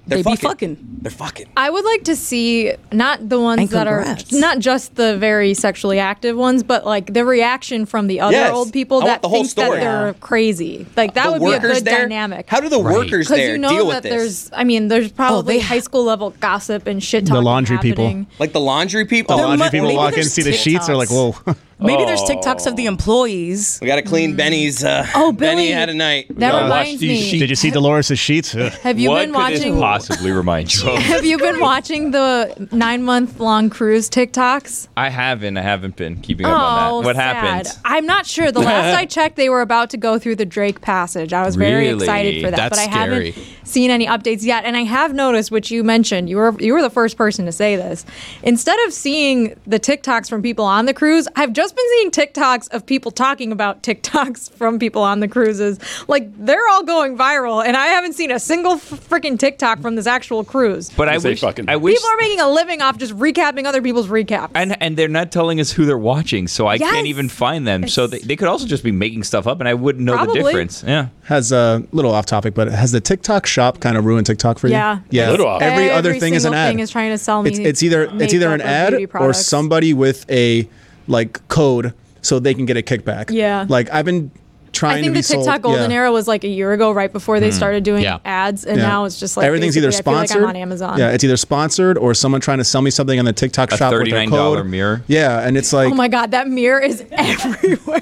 S3: They're
S6: They be
S3: fucking.
S6: fucking.
S3: They're fucking.
S7: I would like to see not the ones
S6: And
S7: that are
S6: congrats.
S7: not just the very sexually active ones, but like the reaction from the other
S3: Yes.
S7: old people
S3: I want
S7: that
S3: the whole
S7: think
S3: story.
S7: that they're
S6: Yeah.
S7: crazy. Like that
S3: the
S7: would be a
S3: workers
S7: good
S3: there.
S7: dynamic.
S3: How do the workers
S7: because
S3: there
S7: you know
S3: deal
S7: that
S3: with this? Oh,
S7: there's, I mean, there's probably
S6: they-
S7: high school level gossip and shit talking.
S1: laundry people.
S7: happening.
S3: Like the laundry people.
S6: The
S3: Oh,
S6: laundry
S1: Laundry
S6: mu-
S1: people
S6: maybe
S1: walk in,
S6: there's
S1: see the sheets, are like, whoa.
S6: Maybe
S4: Oh.
S6: there's TikToks of the employees.
S3: We got to clean Benny's. Uh,
S7: Mm. Oh,
S3: Benny
S7: Billy.
S3: had a night.
S7: That
S2: gotta watch
S7: reminds
S2: these
S7: me.
S1: Did you see Dolores' sheets? Ugh.
S7: Have you
S4: what
S7: been
S4: could this
S7: watching?
S4: possibly remind you of?
S7: Have you been watching the nine month long cruise TikToks?
S4: I haven't. I haven't been keeping up
S7: Oh,
S4: on that. What
S7: sad.
S4: happened?
S7: I'm not sure. The last I checked, they were about to go through the Drake passage. I was very
S4: Really?
S7: excited for that,
S5: That's
S7: but I
S5: scary.
S7: haven't seen any updates yet. And I have noticed, which you mentioned, you were you were the first person to say this. Instead of seeing the TikToks from people on the cruise, I've just been seeing TikToks of people talking about TikToks from people on the cruises. Like they're all going viral, and I haven't seen a single freaking TikTok from this actual cruise.
S4: But I
S2: Say
S4: wish.
S2: fucking-
S4: I wish.
S7: people are making a living off just recapping other people's recaps.
S4: and and they're not telling us who they're watching, so I
S7: Yes.
S4: can't even find them. So they, they could also just be making stuff up, and I wouldn't know
S7: Probably.
S4: the difference. Yeah.
S1: has a little off topic, but has the TikTok shop kind of ruined TikTok for you?
S7: Yeah.
S1: yeah.
S2: Little off.
S1: Every, other
S7: Every
S1: thing is an
S7: single
S1: ad.
S7: thing is trying to sell me
S1: It's, it's either it's either an
S7: makeup or
S1: ad
S7: beauty
S1: or
S7: products.
S1: somebody with a like code so they can get a kickback.
S7: Yeah.
S1: Like I've been trying
S7: I think
S1: to be
S7: the TikTok
S1: sold.
S7: golden
S1: yeah. Hmm.
S7: era was like a year ago, right before they started doing
S5: Yeah.
S7: ads, and
S1: Yeah.
S7: now it's just like
S1: everything's either
S7: basically, I
S1: sponsored.
S7: feel like I'm on Amazon.
S1: Yeah, it's either sponsored or someone trying to sell me something on the TikTok
S4: A
S1: shop with their
S4: $39
S1: code.
S4: mirror.
S1: Yeah, and it's like
S7: oh my god, that mirror is everywhere.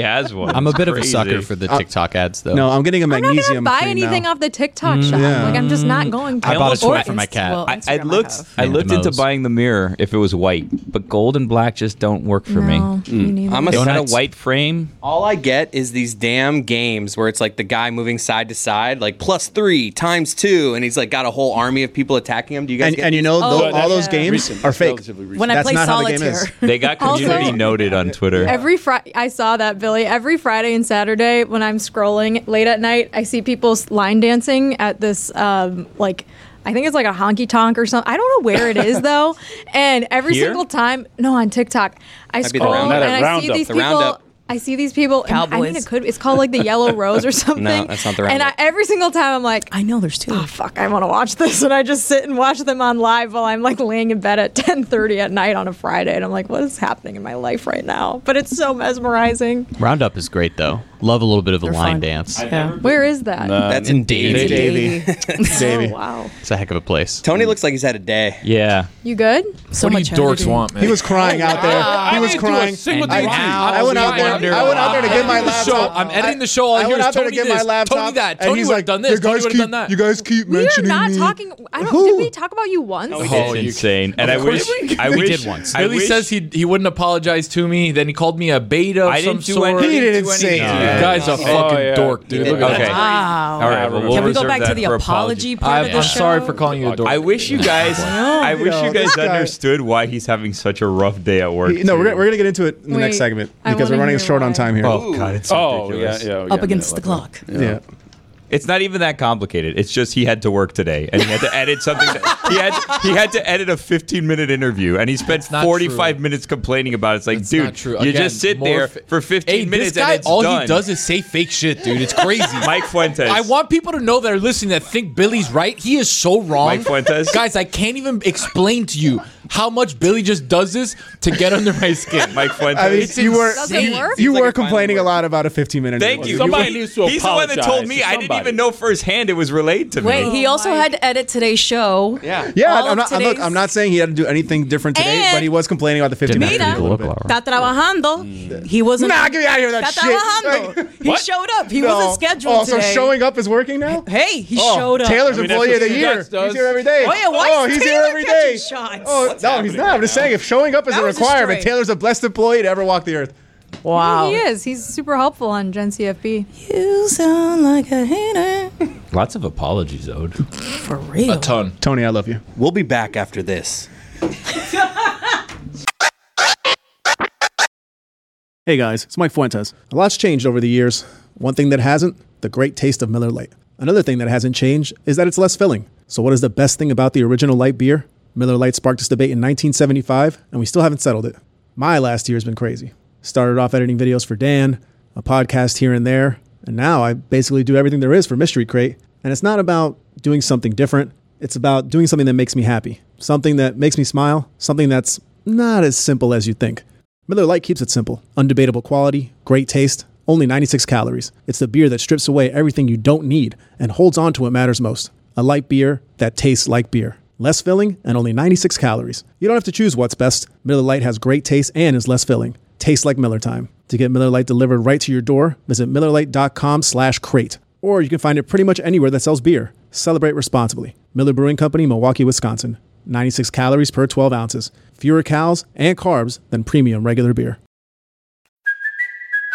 S4: has one.
S5: I'm a
S4: It's
S5: bit of a
S4: crazy.
S5: sucker for the
S8: Uh,
S5: TikTok ads, though.
S1: no, I'm getting a
S7: I'm not gonna
S1: magnesium.
S7: buy
S1: cream
S7: anything
S1: now.
S7: off the TikTok
S4: Mm.
S7: shop.
S1: yeah.
S7: Like I'm just not going.
S5: I
S7: to.
S5: bought a
S4: Or
S5: toy for my
S6: Inst-
S5: cat.
S6: well,
S4: I, I
S6: Instagram
S4: looked.
S6: have.
S4: I
S5: Named
S4: looked into
S5: Moe's.
S4: buying the mirror if it was white, but gold and black just don't work for me.
S7: No,
S1: Hmm.
S7: me neither.
S3: I'm a
S4: Don't have a
S3: Donuts.
S4: white frame.
S3: All I get is these damn games where it's like the guy moving side to side, like plus three times two, and he's like got a whole army of people attacking him. Do you guys
S1: And,
S3: get
S1: and you know, tho-
S6: Oh,
S1: all those
S6: yeah.
S1: games
S2: Recent,
S1: are fake.
S2: relatively recent.
S6: When I
S1: That's
S6: play
S1: not how the game
S6: solitaire,
S1: is.
S4: They got
S7: Also-
S4: community noted on Twitter.
S7: Every Friday, I saw that Billy. Every Friday and Saturday, when I'm scrolling late at night, I see people s- line dancing at this um, like. I think it's like a honky tonk or something. I don't know where it is though. And every
S4: Here?
S7: single time, no, on TikTok, I
S3: That'd be the
S7: scroll
S3: roundup.
S7: and
S2: Not a
S7: I see
S2: roundup,
S7: these
S3: the
S7: people.
S3: roundup.
S7: I see these people. and I
S6: Cowboys.
S7: think it could. It's called like the Yellow Rose or something.
S3: that's not the
S7: And I,
S3: roundup.
S7: every single time, I'm like,
S6: I know there's two.
S7: oh fuck, I want to watch this, and I just sit and watch them on live while I'm like laying in bed at 10:30 at night on a Friday, and I'm like, what is happening in my life right now? But it's so mesmerizing.
S5: Roundup is great, though. Love a little bit of a line
S6: fun.
S5: dance.
S6: yeah.
S7: Where is that?
S4: Um,
S3: that's in Davie.
S1: Davey.
S7: oh
S1: Davey.
S7: wow,
S5: It's a heck of a place.
S3: Tony looks like he's had a day.
S4: yeah.
S7: you good?
S6: So
S8: what
S6: much
S8: do you dorks
S6: energy.
S8: want, man?
S1: He was crying out there. He was
S2: didn't do a
S1: crying.
S2: single
S1: I,
S2: thing wrong.
S1: I went out there. I went out there to get my
S8: I'm editing the show.
S1: laptop.
S8: I'm editing the show. All I,
S1: I
S8: hear
S1: went
S8: is
S1: out there to
S8: Tony
S1: get my
S8: this,
S1: laptop.
S8: Tony that,
S1: and
S8: Tony
S1: he's
S8: would have
S1: like,
S8: done
S1: You
S8: this, Tony
S1: guys
S8: would have
S1: keep,
S8: done that.
S1: You guys keep
S7: We are
S1: mentioning
S7: not
S1: me.
S7: talking. I don't.
S1: Who?
S7: Did we talk about you once?
S4: It's
S8: Oh, you-
S4: insane, and I
S8: Of course
S4: wish I
S5: We
S4: wish
S5: did once.
S4: I
S8: Billy
S4: wish-
S8: says he he wouldn't apologize to me. Then he called me a beta. Of
S4: I didn't
S8: some
S4: do
S8: sort.
S4: anything. He
S1: didn't say
S8: You
S1: anything.
S8: guy's a
S2: Oh,
S8: fucking
S2: yeah.
S8: dork, dude.
S3: Yeah.
S8: Look at
S3: Okay.
S8: that.
S7: Ah.
S6: Wow.
S4: All right, well, we'll
S6: Can we go
S4: reserve
S6: back to
S4: that
S6: the
S4: for
S6: apology part
S8: I,
S6: of the
S8: I'm
S6: show?
S8: sorry for calling you a dork.
S4: I wish you guys. I wish
S1: No,
S4: you guys
S1: this guy-
S4: understood why he's having such a rough day at work.
S1: No, we're,
S4: too.
S1: gonna- we're going to get into it in the next
S7: Wait,
S1: segment
S7: I
S1: because we're
S7: wanna
S1: running
S7: hear
S1: short on
S7: why.
S1: time here.
S4: Oh God, it's
S2: Oh, yeah,
S4: ridiculous.
S2: yeah. yeah,
S6: Up against the
S2: like
S6: clock.
S1: Yeah.
S4: It's not even that complicated. It's just he had to work today, and he had to edit something. That, he had he had to edit a 15 minute interview, and he spent
S8: not
S4: 45 minutes complaining about it. It's like,
S8: It's
S4: dude,
S8: not true.
S4: you
S8: Again,
S4: just sit
S8: more
S4: there
S8: fa-
S4: for 15
S8: hey,
S4: minutes,
S8: This guy,
S4: and it's
S8: all
S4: done.
S8: he does is say fake shit, dude. It's crazy.
S4: Mike Fuentes.
S8: I want people to know that are listening that think Billy's right. He is so wrong.
S4: Mike Fuentes.
S8: Guys, I can't even explain to you how much Billy just does this to get under my skin.
S3: Mike Fuentes.
S1: I mean,
S8: It's
S1: you were
S8: insane.
S1: you,
S7: Doesn't work?
S1: you
S3: Seems like
S1: were
S3: it finally
S1: complaining a
S3: worked.
S1: lot about a 15 minute.
S3: Thank you.
S2: Somebody
S3: You-
S2: needs to
S3: He's the one that told
S2: apologize
S3: me
S2: to
S3: I didn't
S2: somebody.
S3: even know firsthand it was relayed to me.
S6: Wait, he also had to edit today's show.
S3: Yeah.
S1: Oh Yeah,
S6: All
S1: I'm
S6: of
S1: not. I'm, look,
S6: today's-
S1: I'm not saying he had to do anything different today,
S6: And-
S1: but he was complaining about the 15 minute.
S6: Mira.
S1: video a little bit.
S6: Está trabajando. He wasn't.
S1: Mm. Nah, get me out of here with that
S6: Está
S1: shit.
S6: trabajando. He showed up. He
S1: No.
S6: wasn't scheduled
S1: Oh,
S6: today.
S1: so showing up is working now.
S6: Hey, he
S1: Oh,
S6: showed up.
S1: Taylor's
S2: I mean, that's
S1: employee
S2: what
S1: of the
S2: Steve
S1: year.
S2: Jacks does.
S1: He's here every day.
S6: Oh, yeah, why
S1: oh,
S6: is
S1: he's
S6: Taylor
S1: here every
S6: catching
S1: day.
S6: shots?
S1: Oh, no, he's
S3: happening
S1: not.
S3: right
S1: I'm just
S3: now?
S1: saying, if showing up is
S6: That
S1: a
S6: was a
S1: requirement,
S6: stray.
S1: Taylor's a blessed employee to ever walk the earth.
S6: Wow.
S7: He is. He's super helpful on Gen CFB.
S6: You sound like a hater.
S8: Lots of apologies owed.
S6: For real.
S8: A ton.
S1: Tony, I love you.
S3: We'll be back after this.
S1: Hey guys, it's Mike Fuentes. A lot's changed over the years. One thing that hasn't, the great taste of Miller Lite. Another thing that hasn't changed is that it's less filling. So, what is the best thing about the original light beer? Miller Lite sparked this debate in 1975, and we still haven't settled it. My last year has been crazy. Started off editing videos for Dan, a podcast here and there, and now I basically do everything there is for Mystery Crate. And it's not about doing something different, it's about doing something that makes me happy, something that makes me smile, something that's not as simple as you think. Miller Lite keeps it simple. Undebatable quality, great taste, only 96 calories. It's the beer that strips away everything you don't need and holds on to what matters most. A light beer that tastes like beer. Less filling and only 96 calories. You don't have to choose what's best. Miller Lite has great taste and is less filling. Tastes like Miller time. To get Miller Lite delivered right to your door, visit MillerLite.com slash crate. Or you can find it pretty much anywhere that sells beer. Celebrate responsibly. Miller Brewing Company, Milwaukee, Wisconsin. 96 calories per 12 ounces, fewer calories and carbs than premium regular beer.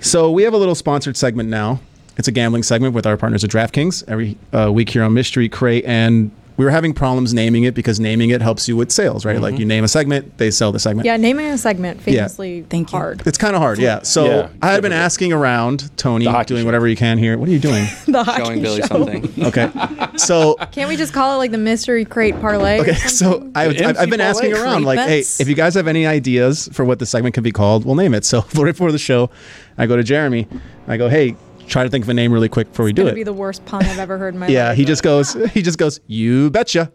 S1: So we have a little sponsored segment now. It's a gambling segment with our partners at DraftKings every uh, week here on Mystery Crate, and we were having problems naming it because naming it helps you with sales, right? Like you name a segment, they sell the segment.
S7: Yeah, naming a segment famously
S6: Thank you.
S7: hard.
S1: It's kind of hard, yeah. So
S2: Yeah,
S1: I had been
S2: difficult.
S1: asking around Tony,
S2: hockey
S1: doing
S2: show.
S1: whatever you can here. What are you doing?
S7: The hockey
S3: Showing Billy
S7: show.
S3: something.
S1: Okay, so
S7: Can't we just call it like the mystery crate parlay? or
S1: Okay,
S7: something?
S1: so I,
S2: The
S1: I've, I've been
S2: MC
S1: asking
S2: parlay.
S1: around, like, hey,
S6: bets.
S1: if you guys have any ideas for what the segment could be called, we'll name it. So right before the show, I go to Jeremy. I go, hey, try to think of a name really quick before we do
S7: Gonna be
S1: it.
S7: the worst pun I've ever heard in my
S1: Yeah,
S7: life.
S1: he just goes, he just goes, you betcha.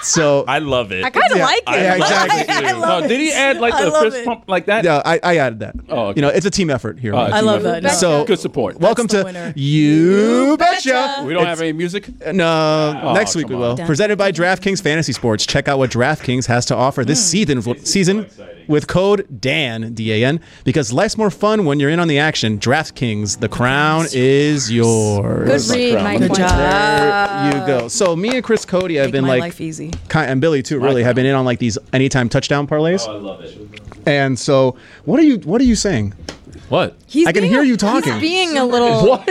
S1: So
S4: I love it.
S6: I kind of
S1: Yeah,
S6: like it.
S1: yeah, exactly.
S6: I, I love
S2: No,
S6: it.
S2: did he add like
S6: I
S2: the
S6: love
S2: fist
S6: it.
S2: pump like that?
S1: yeah, I, I added that.
S2: Oh, okay. Oh,
S1: You know, it's a team effort here.
S2: All right,
S6: I
S2: team
S6: love
S2: effort.
S6: that. No.
S1: So-
S2: good support.
S1: Welcome
S6: That's the
S1: to
S6: winner.
S1: You Betcha.
S2: we don't have any music.
S1: No,
S2: Oh,
S1: next week we
S2: come
S1: will.
S2: on.
S1: Presented by DraftKings Fantasy Sports. Check out what DraftKings has to offer
S6: Hmm.
S1: this season season with code DAN D A N because life's more fun when you're in on the action. DraftKings, the crown is yours.
S7: Good read, Mike.
S6: Good
S7: Fuentes.
S6: job.
S1: There you go. So me and Chris Cody have
S6: Make
S1: been
S6: my
S1: like
S6: life easy.
S1: ki- and Billy too really have been in on like these anytime touchdown parlays.
S2: I love it.
S1: And so what are you what are you saying?
S8: What?
S7: He's
S1: I can
S7: being
S1: hear
S7: a-
S1: you
S7: he's
S1: talking.
S7: being a little.
S2: He's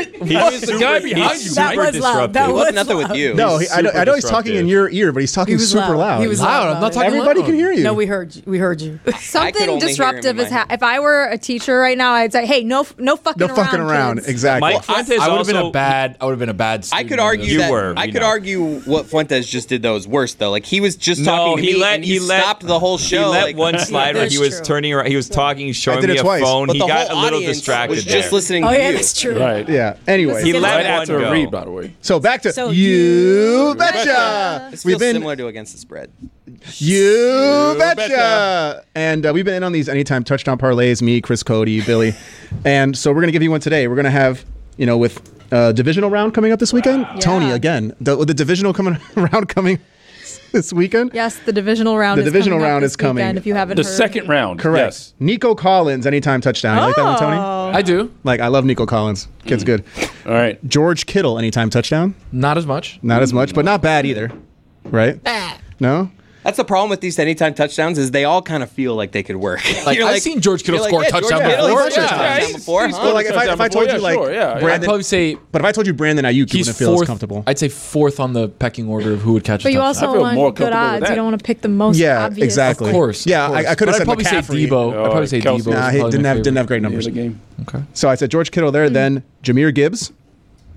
S2: the guy behind you.
S6: That was loud. That
S3: It
S6: was
S3: wasn't nothing with you.
S1: No, he, I, know-
S2: super
S1: I know he's talking
S2: disruptive.
S1: in your ear, but he's talking
S6: He was
S1: super loud.
S6: He was
S8: Loud,
S6: loud.
S8: I'm not
S6: about
S8: talking
S6: it.
S1: Everybody
S8: loud.
S1: can hear you.
S6: No, we heard you. We heard you.
S3: I could
S7: Something
S3: only hear him in
S7: disruptive
S3: my
S7: is ha-
S3: head.
S7: if I were a teacher right now, I'd say, "Hey, no, f- no fucking,
S1: no fucking around.
S7: kids."
S1: Exactly.
S4: Mike Fuentes
S8: I would have
S4: also.
S8: been a bad. I would have been a bad.
S3: I
S8: student
S3: could
S8: of
S3: argue
S8: this.
S3: that
S4: were,
S3: I
S4: we
S3: could
S4: know.
S3: argue what Fuentes just did though is worse though. Like he was just
S4: No,
S3: talking to
S4: he
S3: me
S4: let-
S3: and he,
S4: he let-
S3: stopped the whole show.
S4: he let
S3: like,
S4: one slide where
S6: that's
S4: he was
S6: true.
S4: turning around. He was talking, showing
S1: did
S4: me
S1: it
S4: a
S1: twice.
S4: phone.
S3: but
S4: He
S3: the
S4: got a
S3: whole
S4: little
S3: audience
S4: distracted.
S3: Was
S4: there.
S3: just listening
S6: Oh
S3: to
S6: yeah,
S3: you.
S6: that's true.
S2: Right.
S1: Yeah. Anyway,
S4: He
S2: Right
S4: let
S2: after
S4: one
S2: a
S4: go.
S2: read, by the way.
S1: So back to
S6: So
S1: you,
S6: you
S1: betcha.
S3: This feels
S1: We've been
S3: similar to against the spread.
S1: you betcha,
S2: betcha.
S1: and uh, we've been in on these anytime touchdown parlays. Me, Chris, Cody, Billy, and so we're gonna give you one today. We're gonna have you know with uh, divisional round coming up this weekend. Tony
S7: Yeah.
S1: again. The, with the divisional coming round coming this this weekend.
S7: Yes, the divisional round.
S1: The
S7: is
S1: divisional
S7: coming up
S1: round
S7: this
S1: is coming.
S7: weekend, if you haven't
S2: the
S7: heard.
S2: second round.
S1: Correct.
S2: Yes.
S1: Nico Collins, anytime touchdown. You like that one, Tony?
S7: Oh.
S8: I do.
S1: Like I love Nico Collins. Kid's good.
S2: All right.
S1: George Kittle, anytime touchdown.
S8: Not as much.
S1: Not as much, but not bad either. Right? no.
S3: That's the problem with these anytime touchdowns is they all kind of feel like they could work.
S8: Like,
S3: You're
S8: I've seen George Kittle
S3: you're like,
S8: score a
S3: yeah, George
S8: touchdown before.
S3: Kittle, he's scored a
S8: Yeah.
S3: touchdown
S8: He's-
S3: before,
S8: he's
S3: huh?
S8: scored a
S1: Like if I, if I
S2: touchdown
S1: told
S2: before,
S1: you like
S2: yeah, sure, yeah, yeah.
S1: Brandon,
S8: I'd probably say
S1: but if I told you Brandon Ayuk, you
S8: he's
S1: wouldn't feel
S8: fourth.
S1: as comfortable.
S8: I'd say fourth on the pecking order of who would catch.
S7: But
S8: a
S7: you
S8: touchdown.
S2: I
S7: also
S2: feel more
S7: want good
S2: comfortable with
S7: odds.
S2: that.
S7: You don't want to pick the most
S1: yeah,
S7: obvious.
S1: exactly.
S8: Of course.
S1: Yeah,
S8: of
S1: I-
S8: course.
S1: I coulda
S8: But
S1: said
S8: I'd probably
S1: McCaffrey.
S8: say Debo. I'd probably say
S2: Kelsey.
S8: Debo.
S1: Nah,
S8: was
S1: he
S8: probably
S1: didn't
S8: my
S1: have didn't
S8: favorite.
S1: have great numbers.
S2: Here's a game.
S8: Okay.
S1: So I said George Kittle
S7: Mm-hmm.
S1: there, then Jameer Gibbs.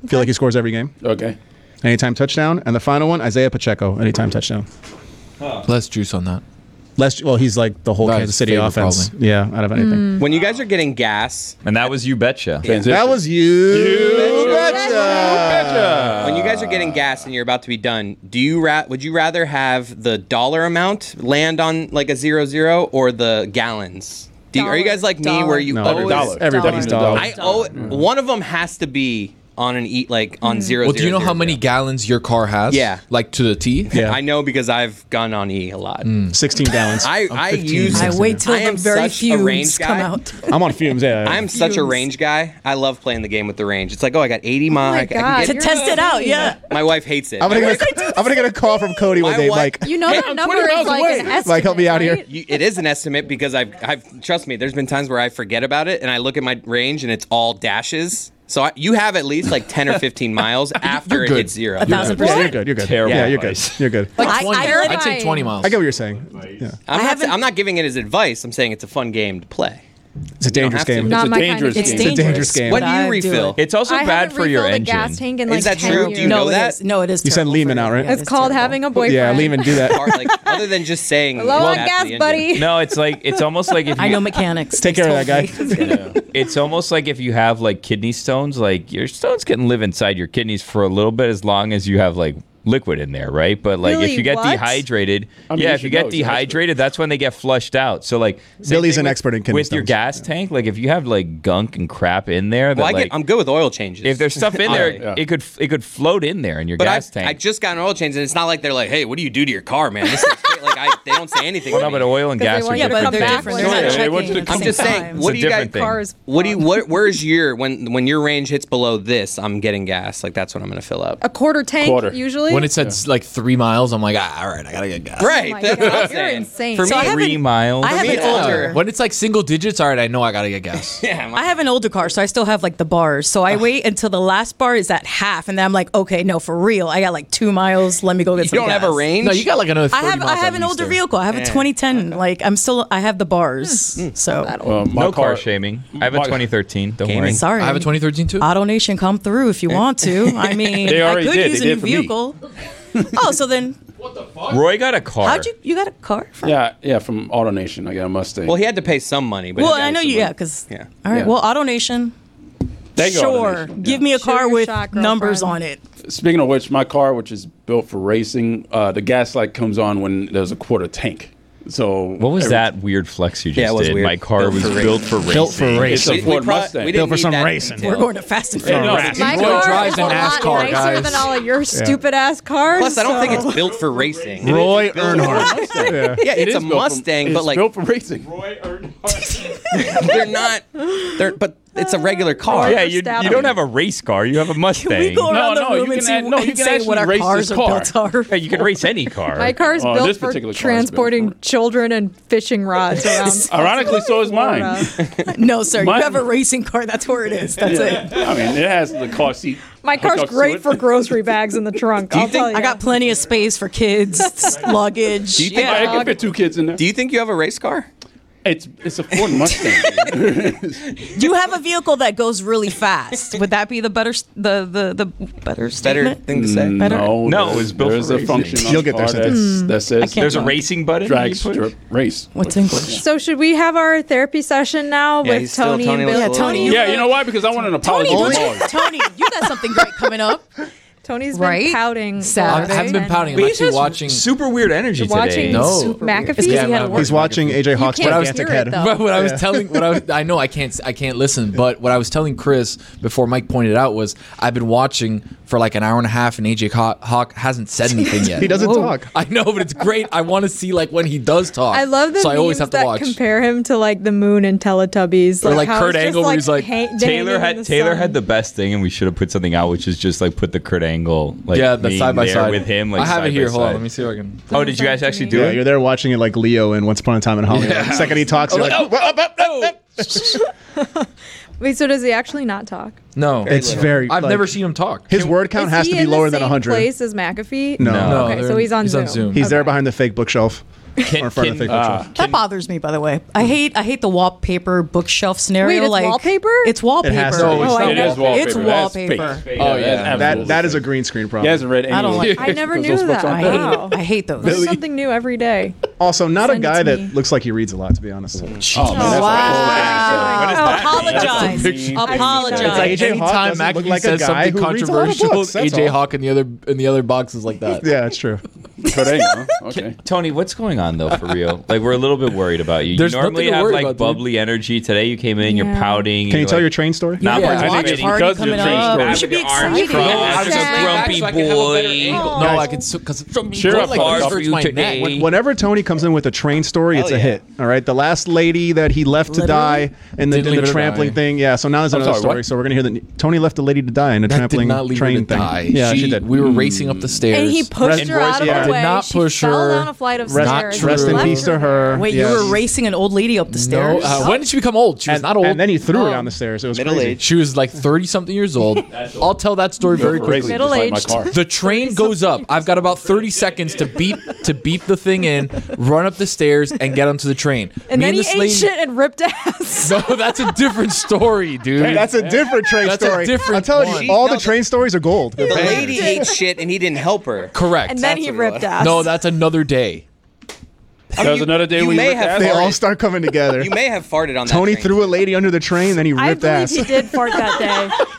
S1: Feel like he scores every game.
S2: Okay.
S1: Anytime touchdown, and the final one Isaiah Pacheco, anytime touchdown.
S8: Less juice on that.
S1: Less well, he's like the whole
S8: About
S1: Kansas
S8: his
S1: City
S8: favorite,
S1: offense. Yeah, out of anything.
S7: Mm.
S3: When you guys are getting gas,
S4: And that was you betcha.
S2: Transition.
S1: That was you. betcha.
S3: when you guys are
S8: Uh.
S3: getting gas and you're about to be done, do you ra- would you rather have the dollar amount land on like a zero zero or the gallons? Do you, are you guys like me
S7: Dollar.
S3: where you
S1: No,
S3: always
S2: dollar.
S1: Everybody's
S2: Dollar.
S1: dollar.
S3: I owe one of them has to be on an eat like
S1: Hmm.
S3: on zero.
S8: Well, do you know
S3: zero,
S8: how
S3: zero,
S8: many
S3: zero.
S8: gallons your car has?
S3: Yeah.
S8: Like to the T?
S1: Yeah.
S3: I know because I've gone on e a lot.
S1: 16 gallons.
S3: I I use
S6: I wait till
S3: I
S6: the
S3: am
S6: very
S3: such a range
S6: fumes come
S3: guy.
S6: out.
S1: I'm on fumes. Yeah.
S3: I'm such a
S6: Fumes.
S3: range guy. I love playing the game with the range. It's like, oh, I got 80 miles.
S7: my
S3: I, can
S7: God.
S3: get-
S6: to
S7: You're
S6: test it out. Yeah.
S3: my wife hates it.
S1: I'm gonna
S3: My
S1: get a, I'm gonna get a call from Cody one
S3: My
S1: day.
S3: wife-
S1: Like,
S7: You know that number is like an estimate.
S1: Like, help me out here.
S7: right?
S3: You, it is an estimate because I've, I've trust me. There's been times where I forget about it and I look at my range and it's all dashes. So I, you have at least like 10 or 15 miles after it
S8: good.
S3: hits zero.
S6: A thousand
S1: yeah, you're
S6: percent.
S1: good. You're good.
S4: Terrible
S1: Yeah, you're good.
S4: advice.
S1: You're good.
S6: I-
S8: Like 20.
S6: I
S8: I'd say 20 miles.
S1: I get what you're saying. Yeah.
S3: I'm, not,
S6: haven't-
S3: I'm not giving it as advice. I'm saying it's a fun game to play.
S1: It's a dangerous
S3: have to.
S1: game.
S7: Not
S2: It's a
S7: my kind of
S2: dangerous
S7: game.
S2: game.
S6: It's
S1: It's a dangerous game.
S3: What do
S6: I
S3: you
S6: do
S3: refill?
S6: it.
S4: It's also
S7: I
S4: bad
S7: haven't
S4: for your
S7: refilled a
S4: engine.
S7: gas tank in
S3: Is
S7: like
S3: that
S7: 10
S3: true?
S7: Years.
S3: Do you know
S6: no, it
S3: that?
S6: is. No, it is.
S1: You send
S6: terrible
S1: Lehman
S6: for you.
S1: out, right?
S6: Yeah, it
S7: It's
S6: is
S7: called
S6: terrible.
S7: having a boyfriend.
S1: yeah, Lehman, do that.
S3: Or, like, other than just saying,
S7: Low on
S3: that's the
S7: gas,
S3: engine.
S7: buddy.
S4: No, it's like it's almost like if you
S6: I know mechanics.
S1: Take
S6: They
S1: care of that guy.
S6: told me.
S4: it's almost like if you have like kidney stones, like your stones can live inside your kidneys for a little bit as long as you have like liquid in there, right? But like
S7: Really?
S4: if you get
S7: What?
S4: dehydrated,
S2: I mean,
S4: yeah,
S2: you
S4: if you
S2: should
S4: get
S2: know, he's an expert.
S4: dehydrated, that's when they get flushed out. So like same
S1: Billy's
S4: thing
S1: an
S4: with-
S1: expert in kidney
S4: with your
S1: stones.
S4: gas tank. Like if you have like gunk and crap in there, that
S3: Well, I
S4: like
S3: get, I'm good with oil changes.
S4: if there's stuff in
S3: All
S4: there,
S3: right.
S4: it could it could float in there in your
S3: But I,
S4: gas tank.
S3: I just got an oil change, and it's not like they're like, "Hey, what do you do to your car, man?" This is great." like I, they don't say anything.
S4: well,
S3: to
S4: no,
S3: me.
S4: but oil and
S7: Because they
S6: Yeah,
S7: want you
S4: gas are
S7: to
S6: but
S7: come
S6: they're
S7: back
S6: different.
S7: when
S6: They're
S3: it's
S6: not
S3: over. They
S2: want you
S6: checking. at
S2: to
S6: the
S2: come
S3: I'm
S6: same
S3: just saying.
S6: time.
S3: What
S4: It's
S3: do you
S4: a
S3: guys?
S4: different thing.
S7: Cars.
S3: What do you? What, where's your when? When your range hits below this, I'm getting gas. Like that's what I'm gonna fill up.
S7: A quarter tank
S2: Quarter.
S7: usually.
S8: When it said like three miles, I'm like, ah, all right, I gotta get gas.
S3: Right.
S7: my
S3: that's
S7: God,
S3: what I'm
S7: you're
S3: saying.
S7: insane.
S3: For
S6: So I
S3: me,
S6: have
S4: three
S6: an-
S4: miles.
S6: I have
S3: me,
S6: an
S3: it's
S6: older.
S8: When it's like single digits, all right, I know I gotta get gas.
S3: yeah, I'm
S6: I have an older car, so I still have like the bars. So I wait until the last bar is at half, and then I'm like, okay, no, for real, I got like two miles. Let me go get
S3: you
S6: some.
S3: don't have a
S6: gas.
S3: range.
S8: No, you got like another. 30
S6: I have
S8: miles
S6: I have
S8: at
S6: an
S8: least
S6: older
S8: there.
S6: vehicle. I have a 2010. Like I'm still I have the bars.
S8: Hmm.
S6: So
S2: Uh, my
S4: no car shaming. I have a
S2: my-
S4: 2013. Don't worry.
S6: sorry.
S8: I have a 2013 too.
S6: Auto Nation, come through if you want to. I mean,
S2: Eh. They
S6: I
S2: already
S6: could
S2: did.
S6: use
S2: They
S6: a new
S2: did for me.
S6: vehicle. oh, so then
S4: Roy got a car.
S6: how'd you you got a car? From?
S2: Yeah, yeah, from AutoNation. I got a Mustang.
S3: well, he had to pay some money. But
S6: Well,
S3: he got
S6: I know
S3: some
S6: you.
S3: money.
S6: Yeah, because
S3: Yeah.
S6: all right.
S2: Yeah.
S6: Well, Auto Nation.
S2: Thank you,
S6: sure,
S2: AutoNation.
S6: give me a
S7: Shoot
S6: car
S7: your
S6: with
S7: shot,
S6: numbers on
S7: girlfriend.
S6: it.
S2: Speaking of which, my car, which is built for racing, uh, the gas light comes on when there's a quarter tank. So
S4: What was that weird flex you just
S3: Yeah, it was
S4: did?
S3: weird.
S4: My car
S3: Built
S4: was
S3: for racing.
S4: built for racing.
S1: Built for
S2: It's
S1: racing.
S2: a Ford
S3: pro-
S2: Mustang.
S3: didn't
S1: for
S3: need
S1: some
S3: that
S1: racing.
S3: detail.
S6: We're going to Fast and
S2: Yeah, no,
S6: Furious.
S2: it's-
S7: My
S8: Roy
S7: car
S8: drives
S7: is a
S8: an
S7: lot
S8: NASCAR,
S7: nicer
S8: guys.
S7: than all of your stupid ass cars.
S3: Plus, I don't think
S7: so-
S3: it's built for racing.
S1: Roy
S2: It's built for
S1: Earnhardt.
S2: Mustang.
S1: Yeah.
S3: Yeah, it's
S2: It is
S3: a
S2: built for-
S3: Mustang, but
S2: it's
S3: like
S2: built for racing.
S3: they're not. They're but it's a regular car.
S4: Yeah, you,
S7: Stab
S4: you don't
S7: him.
S4: have a race car. You have a Mustang.
S6: We go around
S2: No,
S6: the
S2: no,
S6: room and
S2: you can
S6: see
S2: add- no,
S6: and
S2: you can
S6: say
S2: actually
S6: what our
S2: race
S6: cars
S2: this
S6: are
S2: car.
S6: built are.
S4: Hey, you can race any car.
S7: My car's
S2: Oh,
S7: built
S2: this
S7: for
S2: particular car is built
S7: transporting
S2: for-
S7: children and fishing rods around.
S2: Ironically, so is mine.
S7: Florida.
S6: No, sir,
S2: Mine-
S6: you have a racing car. That's where it is. That's it.
S2: I mean, it has the car seat.
S7: My car's
S2: hookups to
S7: great
S2: it.
S7: for grocery bags in the trunk. I'll tell you.
S6: I got plenty of space for kids, luggage.
S3: Do you think-
S2: Yeah, it can fit two kids in there.
S3: Do you think you have a race car?
S2: It's it's a Ford Mustang.
S6: you have a vehicle that goes really fast. Would that be the better, s- the the the better
S3: Better
S6: statement?
S3: thing to say.
S2: no,
S4: No,
S2: there's-
S4: it's built for
S2: there's a
S4: racing.
S2: function. on
S1: You'll
S2: the
S1: get there
S2: car
S1: someday.
S2: that's- That says
S6: can't
S4: There's a racing button.
S2: drag
S4: you put-
S2: strip race.
S6: What's English?
S7: So should we have our therapy session now
S3: Yeah, he's
S7: with
S3: still
S7: Tony,
S3: Tony
S7: and
S3: with
S7: Bill?
S3: the little-
S6: Tony,
S2: Yeah, you know why? Because I want an apology.
S6: Tony, don't
S2: from
S6: you,
S2: Paul.
S6: Tony, you got something great coming up.
S7: Tony's
S6: Right?
S7: been pouting.
S8: I
S6: Saturday.
S8: haven't been pouting. I'm
S4: But he's
S8: actually
S4: just
S8: watching.
S4: super weird energy today.
S7: Watching
S8: No.
S7: McAfee.
S6: It's 'cause he had
S8: I'm
S6: to work.
S1: He's watching AJ Hawk's
S7: can't hear
S1: gigantic
S7: it,
S1: head.
S7: though.
S8: But what I was telling, what I was, I know I can't, I can't listen. But what I was telling Chris before Mike pointed out was, I've been watching
S9: for like an hour and a half, and AJ Haw- Hawk hasn't said anything yet.
S7: He doesn't Whoa. talk.
S9: I know, but it's great. I want to see like when he does talk.
S7: I love the
S9: So I always
S7: memes
S9: have to
S7: that
S9: watch.
S7: compare him to like the moon and Teletubbies,
S9: Or like
S7: how
S9: Kurt
S7: it's just,
S9: Angle, where he's like,
S7: hang-
S4: Taylor
S7: hanging in
S4: had
S7: the
S4: Taylor
S7: sun.
S4: had the best thing, and we should have put something out, which is just like put the Kurt Angle like
S9: Yeah, the
S4: meme
S9: side by
S4: there
S9: side.
S4: with him. Like
S9: I have it
S4: side by
S9: here. Hold on,
S4: side.
S9: let me see if I can-
S4: Oh, did you guys actually do
S1: yeah,
S4: it?
S1: you're there watching it like Leo in Once Upon a Time in Hollywood.
S4: Yeah.
S1: The second he talks, you're like,
S5: Oh,
S4: Oh,
S7: Wait, so does he actually not talk?
S9: No,
S1: It's very.
S9: I've
S1: like-
S9: never seen him talk.
S1: His word count
S7: Is
S1: has
S7: he
S1: to be
S7: in
S1: lower
S7: the
S1: than
S7: same
S1: 100.
S7: Place as McAfee?
S1: No.
S7: Okay, so he's on Zoom.
S1: He's there behind the fake bookshelf. or in front of the
S4: uh,
S1: fake bookshelf.
S6: that bothers me, by the way. I hate I hate the wallpaper bookshelf scenario.
S7: Wait, it's
S6: like
S7: wallpaper?
S6: It's wallpaper. Oh, It's wallpaper.
S2: Oh, yeah.
S1: That, that is a green screen problem.
S2: You guys read
S6: I don't like.
S7: I never knew that. Wow.
S6: I hate those.
S7: There's
S1: Really?
S7: something new every day.
S1: Also, not
S7: Send it
S1: a guy
S7: to
S1: that
S7: me.
S1: looks like he reads a lot, to be honest.
S2: Oh, man, that's
S6: Apologize. Apologize.
S9: It's like
S1: AJ Hawk
S9: anytime
S1: doesn't
S9: Mac
S1: look like a
S9: says
S1: guy
S9: something
S1: who reads a lot of
S9: controversial,
S1: books, that's
S9: AJ
S1: all.
S9: Hawk in the other in the other box is like that.
S1: yeah, that's true.
S4: Kurt Angle. Okay. Tony, what's going on though for real? Like we're a little bit worried about you.
S9: There's
S4: you normally
S9: nothing to
S4: have
S9: worry
S4: like
S9: about, dude.
S4: bubbly energy. Today you came in, you're
S9: Yeah.
S4: pouting.
S1: Can you
S4: you're
S1: tell
S4: like,
S1: your train story?
S4: Not
S1: Yeah.
S4: participating
S6: Watch
S4: because
S6: party
S4: your
S6: coming
S4: train
S6: up.
S4: story.
S6: You should be
S4: Arms
S6: excited.
S4: crossed.
S9: Oh,
S6: No,
S4: I was a grumpy boy.
S9: No, I can because
S4: Cheer up, Hawk.
S9: my
S4: You
S9: neck.
S4: today.
S1: When- Whenever Tony comes in with a train story, it's a hit. All right. The last lady that he left to die in the,
S9: Didn't
S1: in the
S9: leave her to
S1: trampling
S9: die.
S1: thing. Yeah. So now there's
S9: I'm
S1: another
S9: sorry,
S1: story.
S9: what?
S1: So we're gonna hear that Tony left a lady to die in a
S9: That did
S1: trampling
S9: not leave her
S1: train
S9: to
S1: thing.
S9: die.
S1: Yeah, she,
S9: She-
S1: did.
S9: we were racing up the stairs.
S7: And he pushed
S1: Rest-
S7: her out of
S1: yeah.
S7: the
S1: Did
S7: way.
S1: not
S7: she
S1: push
S7: fell
S1: her.
S7: down a flight of
S1: Rest-
S7: stairs. and
S1: rest in
S7: left
S1: peace to her.
S6: Wait,
S1: Yes.
S6: you were racing an old lady up the
S9: No,
S6: stairs.
S9: uh, when did she become old? She was
S1: And-
S9: not old.
S1: and then he threw her down the stairs. It was Oh. Middle crazy. age.
S9: She was like thirty something years old. I'll tell that story
S2: You're
S9: very
S2: crazy,
S9: quickly.
S2: just like my Middle-aged. car.
S9: The train goes up. I've got about thirty seconds to beep to beep the thing in, run up the stairs, and get onto the train.
S7: And
S9: Me
S7: then he
S9: this
S7: ate
S9: lady-
S7: shit and ripped ass.
S9: No, that's a different story, dude.
S1: That's a different train
S9: That's a
S1: story.
S9: different
S1: I'm telling
S9: one.
S1: you, all the train stories are gold.
S3: The lady ate shit and he didn't help her.
S9: Correct.
S7: And then he ripped ass.
S9: No, that's another day.
S2: That was another day
S3: you
S2: when
S3: may
S2: you
S3: have
S2: have
S1: They all
S3: farted.
S1: start coming together.
S3: You may have farted on that.
S1: Tony
S3: train.
S1: threw a lady under the train, then he
S7: I
S1: ripped
S7: believe
S1: ass.
S7: he did fart that day.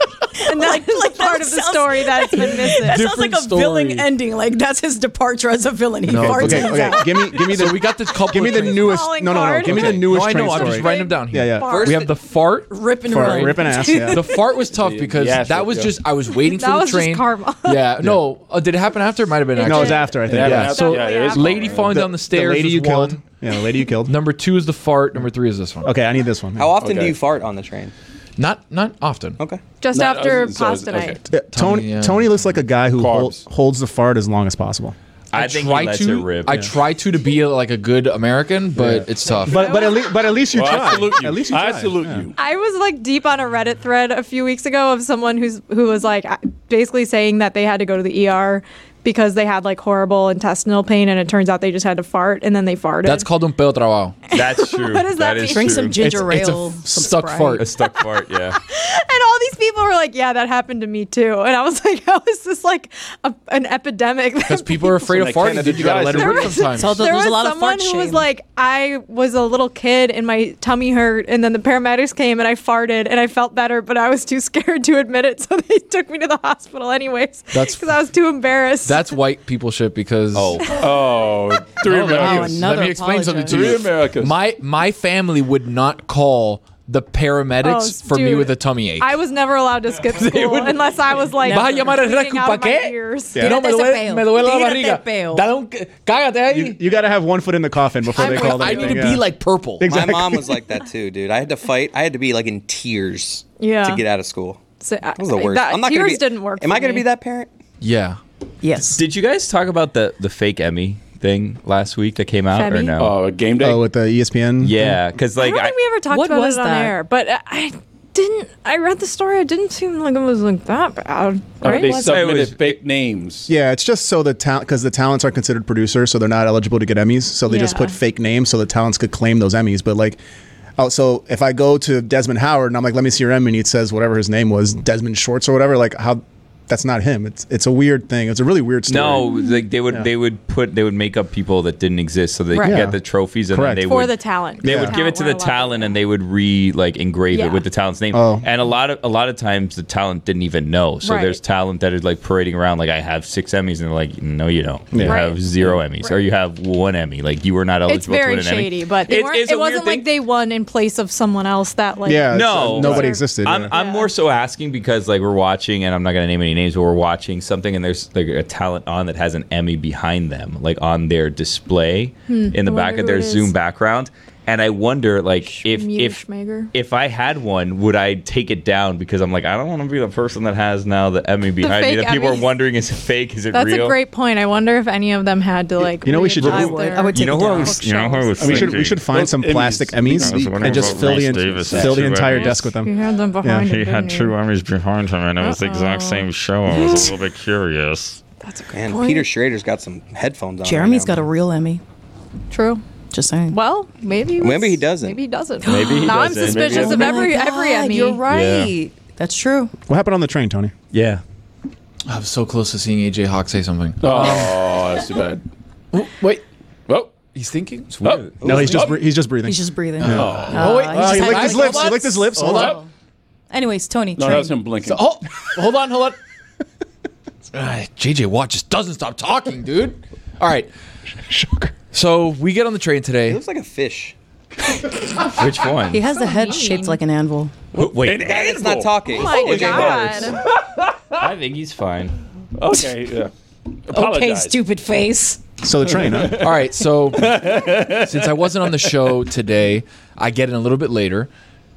S7: And that's like, part of the
S6: sounds-
S7: story that's been missing.
S6: that sounds like a
S9: story.
S6: villain ending. Like that's his departure as a villain. He
S1: Okay,
S6: farts
S1: okay,
S6: his
S1: okay.
S6: out.
S1: Give me, give me the.
S9: So we got this couple.
S1: Give me
S9: of
S1: the
S9: trains.
S1: newest. No, no, no.
S7: Calling
S1: Give me the
S9: Okay.
S1: newest
S9: No, I
S1: train
S9: know. I'm
S1: story.
S9: just writing them down here.
S1: yeah, yeah.
S3: First
S9: We have the fart.
S6: Ripping
S1: For
S6: around.
S1: ripping ass. Yeah.
S9: The fart was tough because
S2: yes,
S9: that was
S2: yeah.
S9: just I was waiting for
S7: That
S9: the
S7: was just
S9: train.
S7: karma.
S9: Yeah. No. Uh, did it happen after? It might have been.
S1: no, it
S9: Actually.
S1: was after I think.
S2: Yeah,
S1: Yeah.
S2: yeah,
S9: So
S2: Yeah, it is
S9: lady
S2: karma.
S9: falling down the stairs.
S1: The lady
S9: was
S1: you
S9: one.
S1: killed. Yeah, the lady you killed.
S9: Number two is the fart. Number three is this one.
S1: Okay, I need this one.
S3: How often do
S2: Okay.
S3: you fart on the train?
S9: Not not often.
S3: Okay.
S7: Just
S2: No,
S7: after
S2: so- so-
S7: pasta
S2: okay.
S7: night.
S1: Yeah, Tony,
S9: Tony, yeah.
S1: Tony looks like a guy who hol-
S2: Carbs.
S1: holds the fart as long as possible.
S4: I think he
S9: try
S4: lets
S9: to.
S4: it rip.
S9: I try to to be like a good American, but it's tough.
S1: But but at least but at least you
S2: Well,
S1: try.
S2: I salute you.
S1: At least you try.
S2: I salute you.
S7: I was like deep on a Reddit thread a few weeks ago of someone who's who was like basically saying that they had to go to the ER because they had like horrible intestinal pain and it turns out they just had to fart and then they farted.
S9: that's called un pedo trabajo.
S4: That's true.
S7: What does that
S4: is
S7: mean?
S6: Drink
S4: true.
S6: some ginger
S9: It's a
S6: ale.
S9: f-
S6: some
S9: stuck
S6: Sprite. Oh,
S9: fart.
S4: A stuck fart. Yeah.
S7: and all these people were like, "Yeah, that happened to me too." And I was like, "How is this like a, an epidemic?"
S9: Because people are afraid
S1: When
S9: of
S1: they
S9: farting.
S1: can't
S9: Dude, you gotta let it
S7: There
S9: rip
S7: was-
S9: sometimes.
S6: So
S7: there
S6: there's
S7: was
S6: a lot of
S7: someone
S6: fart
S7: who
S6: shame.
S7: was like, I was a little kid and my tummy hurt, and then the paramedics came and I farted and I felt better, but I was too scared to admit it, so they took me to the hospital anyways.
S9: That's-
S7: because I was too embarrassed.
S9: That's white people shit because
S4: Oh,
S2: Oh, three
S9: No, let me-
S6: Wow,
S2: Americans.
S6: another
S9: let me explain something to
S6: apologize.
S9: you.
S2: Three Americas.
S9: My my family would not call the paramedics
S7: Oh,
S9: for me
S7: dude.
S9: with a tummy ache.
S7: I was never allowed to skip school
S9: would-
S7: unless I was like
S9: Vas a llamar al
S7: bleeding
S9: RACU,
S7: out
S9: ¿pa'
S7: of my
S9: qué?
S7: ears.
S9: You know, me
S6: Tírate ese
S9: duele,
S6: peo.
S9: me duele la
S6: Tírate
S9: barriga.
S6: peo.
S9: Dale un, cágate ahí.
S1: You, you got to have one foot in the coffin before
S9: I'm
S1: they
S9: like,
S1: call.
S9: I need to
S1: anything,
S9: be
S1: yeah.
S9: like purple.
S1: Exactly.
S3: My mom was like that too, dude. I had to fight. I had to be like in tears
S7: Yeah.
S3: to get out of school.
S7: So,
S3: That was the
S7: I-
S3: worst.
S7: that-
S3: I'm not gonna
S7: tears
S3: be,
S7: didn't work.
S3: Am
S7: for
S3: I going to
S7: me.
S3: be that parent?
S9: Yeah.
S6: yes.
S4: did you guys talk about the the fake Emmy thing last week that came out or
S7: Femi?
S4: no?
S2: Oh, a game day.
S1: Oh, with the ESPN.
S4: yeah, because
S7: I
S4: like
S7: don't think we ever talked
S6: What
S7: about
S6: was
S7: it on
S6: that?
S7: air, but I- I didn't. I read the story. It didn't seem like it was like that bad.
S2: Uh,
S7: Right?
S2: they
S4: What's that?
S2: submitted
S4: It was-
S2: fake names.
S1: Yeah, it's just so the talent because the talents are considered producers, so they're not eligible to get Emmys. So they just
S7: Yeah.
S1: put fake names so the talents could claim those Emmys. But like, oh, so if I go to Desmond Howard and I'm like, let me see your Emmy, and he says whatever his name was, Desmond Shorts or whatever, like how that's not him. It's it's a weird thing. It's a really weird story.
S4: No, like they would they would put they would make up people that didn't exist so they
S7: Right.
S4: could
S1: Yeah.
S4: get the trophies and
S1: Correct.
S4: then they
S7: For
S4: would
S7: the talent.
S4: they
S1: Yeah.
S4: would give it to the
S7: weren't allowed.
S4: talent and they would re like engrave
S7: Yeah.
S4: it with the talent's name.
S1: Oh.
S4: And a lot of a lot of times the talent didn't even know. So
S7: Right.
S4: there's talent that is like parading around like I have six Emmys and they're like no you don't. You
S1: Yeah.
S4: have zero Emmys or you have one Emmy. Like you were not eligible
S7: It's very
S4: to win an
S7: shady,
S4: Emmy.
S7: but they
S4: It
S7: weren't,
S4: is a
S7: it
S4: weird
S7: wasn't
S4: thing.
S7: like they won in place of someone else that like
S1: Yeah. it's- uh,
S4: No.
S1: nobody existed.
S4: I'm,
S1: yeah.
S4: I'm more so asking because like we're watching and I'm not gonna name any names, but we're watching something and there's like a talent on that has an Emmy behind them, like on their display
S10: Hmm,
S4: in the
S10: I
S4: back
S10: wonder
S4: of
S10: who
S4: their
S10: it is.
S4: Zoom background. And I wonder, like, if
S10: Muta
S4: if
S10: Schmager.
S4: if I had one, would I take it down? Because I'm like, I don't want to be the person that has now the Emmy behind me
S7: fake
S4: that people are
S7: Emmys.
S4: wondering is it fake? Is it
S7: That's
S4: real?
S7: a great point. I wonder if any of them had to like.
S4: You know, we should
S7: readjust
S4: just- I
S7: their-
S4: would. I would You take know it who I down. was- you know who I
S1: I
S4: was
S1: mean, we should, we
S4: thinking?
S1: should find
S4: Those
S1: some
S4: Emmys.
S1: plastic Emmys
S4: I was wondering
S1: and just
S4: about
S1: fill the,
S4: Ross
S1: en-
S4: Davis and
S1: fill the
S4: True
S1: entire
S4: Emmys.
S1: desk with them.
S7: You had them behind
S4: him,
S10: he had
S4: didn't
S10: two armies behind him, and it was the exact same show. I was a little bit curious.
S3: That's okay. And
S6: point.
S3: Peter Schrader's got some headphones on.
S6: Jeremy's got a real Emmy.
S7: True.
S6: Just saying.
S7: Well, maybe. it was-
S3: Maybe he doesn't.
S7: Maybe he doesn't.
S3: Maybe he
S7: now
S3: doesn't.
S7: I'm
S3: Maybe
S7: suspicious
S3: he
S9: Oh
S7: of
S3: doesn't.
S7: every every Emmy.
S6: You're
S4: Oh
S6: right. That's true.
S1: What happened on the train, Tony?
S4: Yeah.
S9: I was so close to seeing AJ Hawk say something.
S2: Oh, that's too bad. Oh.
S9: Wait.
S2: Well,
S9: he's thinking. It's
S2: weird.
S1: No, he's just bre- he's just breathing.
S6: He's just breathing.
S1: Yeah.
S6: Uh,
S9: Oh, wait.
S6: he
S9: Oh,
S6: just
S9: he
S6: had-
S9: licked his lips. He licked his lips. Hold on.
S6: Anyways, Tony.
S9: No,
S6: train.
S9: that's him
S2: blinking.
S9: oh, hold on, hold on. Ah, JJ Watt just doesn't stop talking, dude. All right. So we get on the train today. He looks
S3: like a fish.
S4: Which one?
S6: He has the head shaped like an anvil.
S4: Wait,
S3: It's not talking.
S6: Oh my
S3: It's just
S6: God.
S3: words.
S4: I think he's fine.
S2: Okay, yeah.
S6: Okay, stupid face.
S1: So the train, huh?
S9: All right, so since I wasn't on the show today, I get in a little bit later,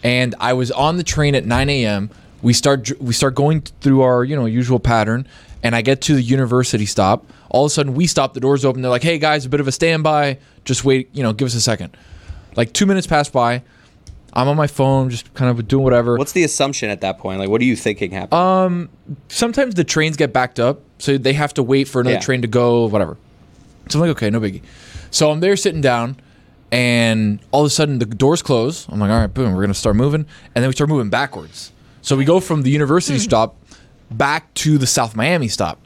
S9: and I was on the train at 9 a.m. We start dr- we start going through our you know usual pattern, and I get to the university stop. All of a sudden, we stop. The doors open. They're like, "Hey guys, a bit of a standby. Just wait. You know, give us a second. Like two minutes pass by. I'm on my phone, just kind of doing whatever.
S3: What's the assumption at that point? Like, what are you thinking happened?
S9: Um, sometimes the trains get backed up, so they have to wait for another
S3: Yeah.
S9: train to go, whatever. So I'm like, okay, no biggie. So I'm there sitting down, and all of a sudden the doors close. I'm like, all right, boom, we're gonna start moving, and then we start moving backwards. So we go from the
S3: Hmm.
S9: university stop back to the South Miami stop.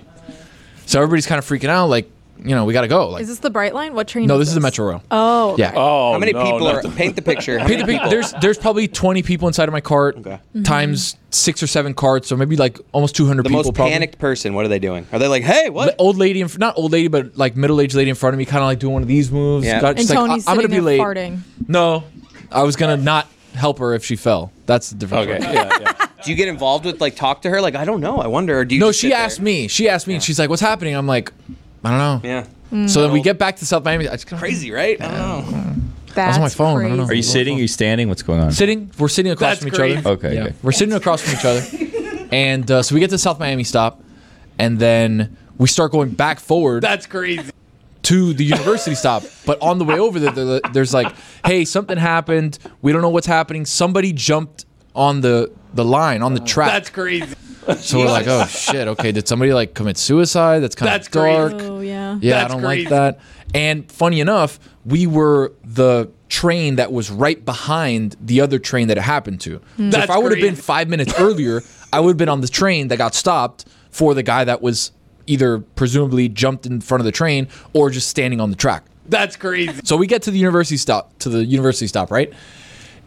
S9: So everybody's kind of freaking out, like, you know, we gotta go. Like,
S7: Is this the Bright Line? What train?
S9: no, this is the Metro Rail.
S7: Oh.
S9: Yeah.
S2: Oh,
S3: How many people are? Paint the picture. How
S9: Paint
S3: many
S9: the pic-
S3: people?
S9: There's there's probably 20 people inside of my cart
S7: Mm-hmm.
S9: times six or seven carts, so maybe like almost 200
S3: the
S9: people.
S3: most
S9: probably.
S3: panicked person. What are they doing? Are they like, hey, what?
S9: The old lady, in, fr- not old lady, but like middle aged lady in front of me, kind of like doing one of these moves.
S3: Yeah.
S9: Got-
S7: And
S9: she's like,
S7: Tony's
S9: "I- I'm gonna
S7: sitting
S9: be
S7: there
S9: late.
S7: farting.
S9: No, I was gonna not help her if she fell. That's the difference.
S3: Okay, yeah, Do you get involved with like talk to her? Like, I don't know. I wonder. Or do you?
S9: No,
S3: just
S9: she
S3: sit
S9: asked me. She asked me, and she's like, "What's happening?" I'm like, "I don't know."
S3: Yeah.
S7: Mm.
S9: So then we get back to South Miami. I just kinda-
S3: Crazy, right? I don't know.
S9: I was on my phone. I don't know.
S4: Are you sitting? Are you standing? What's going on?
S9: Sitting. We're sitting across
S4: That's
S9: from each
S4: great.
S9: other.
S4: Okay, okay.
S9: We're sitting across from each other. And uh, so we get to South Miami stop, and then we start going back forward.
S2: That's crazy.
S9: to the university stop. But on the way over there, there, there's like, hey, something happened. We don't know what's happening. Somebody jumped on the the line on the track.
S2: That's crazy.
S9: so we're like, oh shit, okay. Did somebody like commit suicide? That's kind
S2: That's
S9: of dark.
S2: crazy.
S7: Oh yeah.
S9: Yeah, I
S2: That's
S9: don't
S2: crazy.
S9: like that. And funny enough, we were the train that was right behind the other train that it happened to. So if
S2: That's
S9: I would have been
S2: crazy.
S9: five minutes earlier, I would have been on the train that got stopped for the guy that was either presumably jumped in front of the train or just standing on the track.
S2: That's crazy.
S9: So we get to the university stop, to the university stop, right?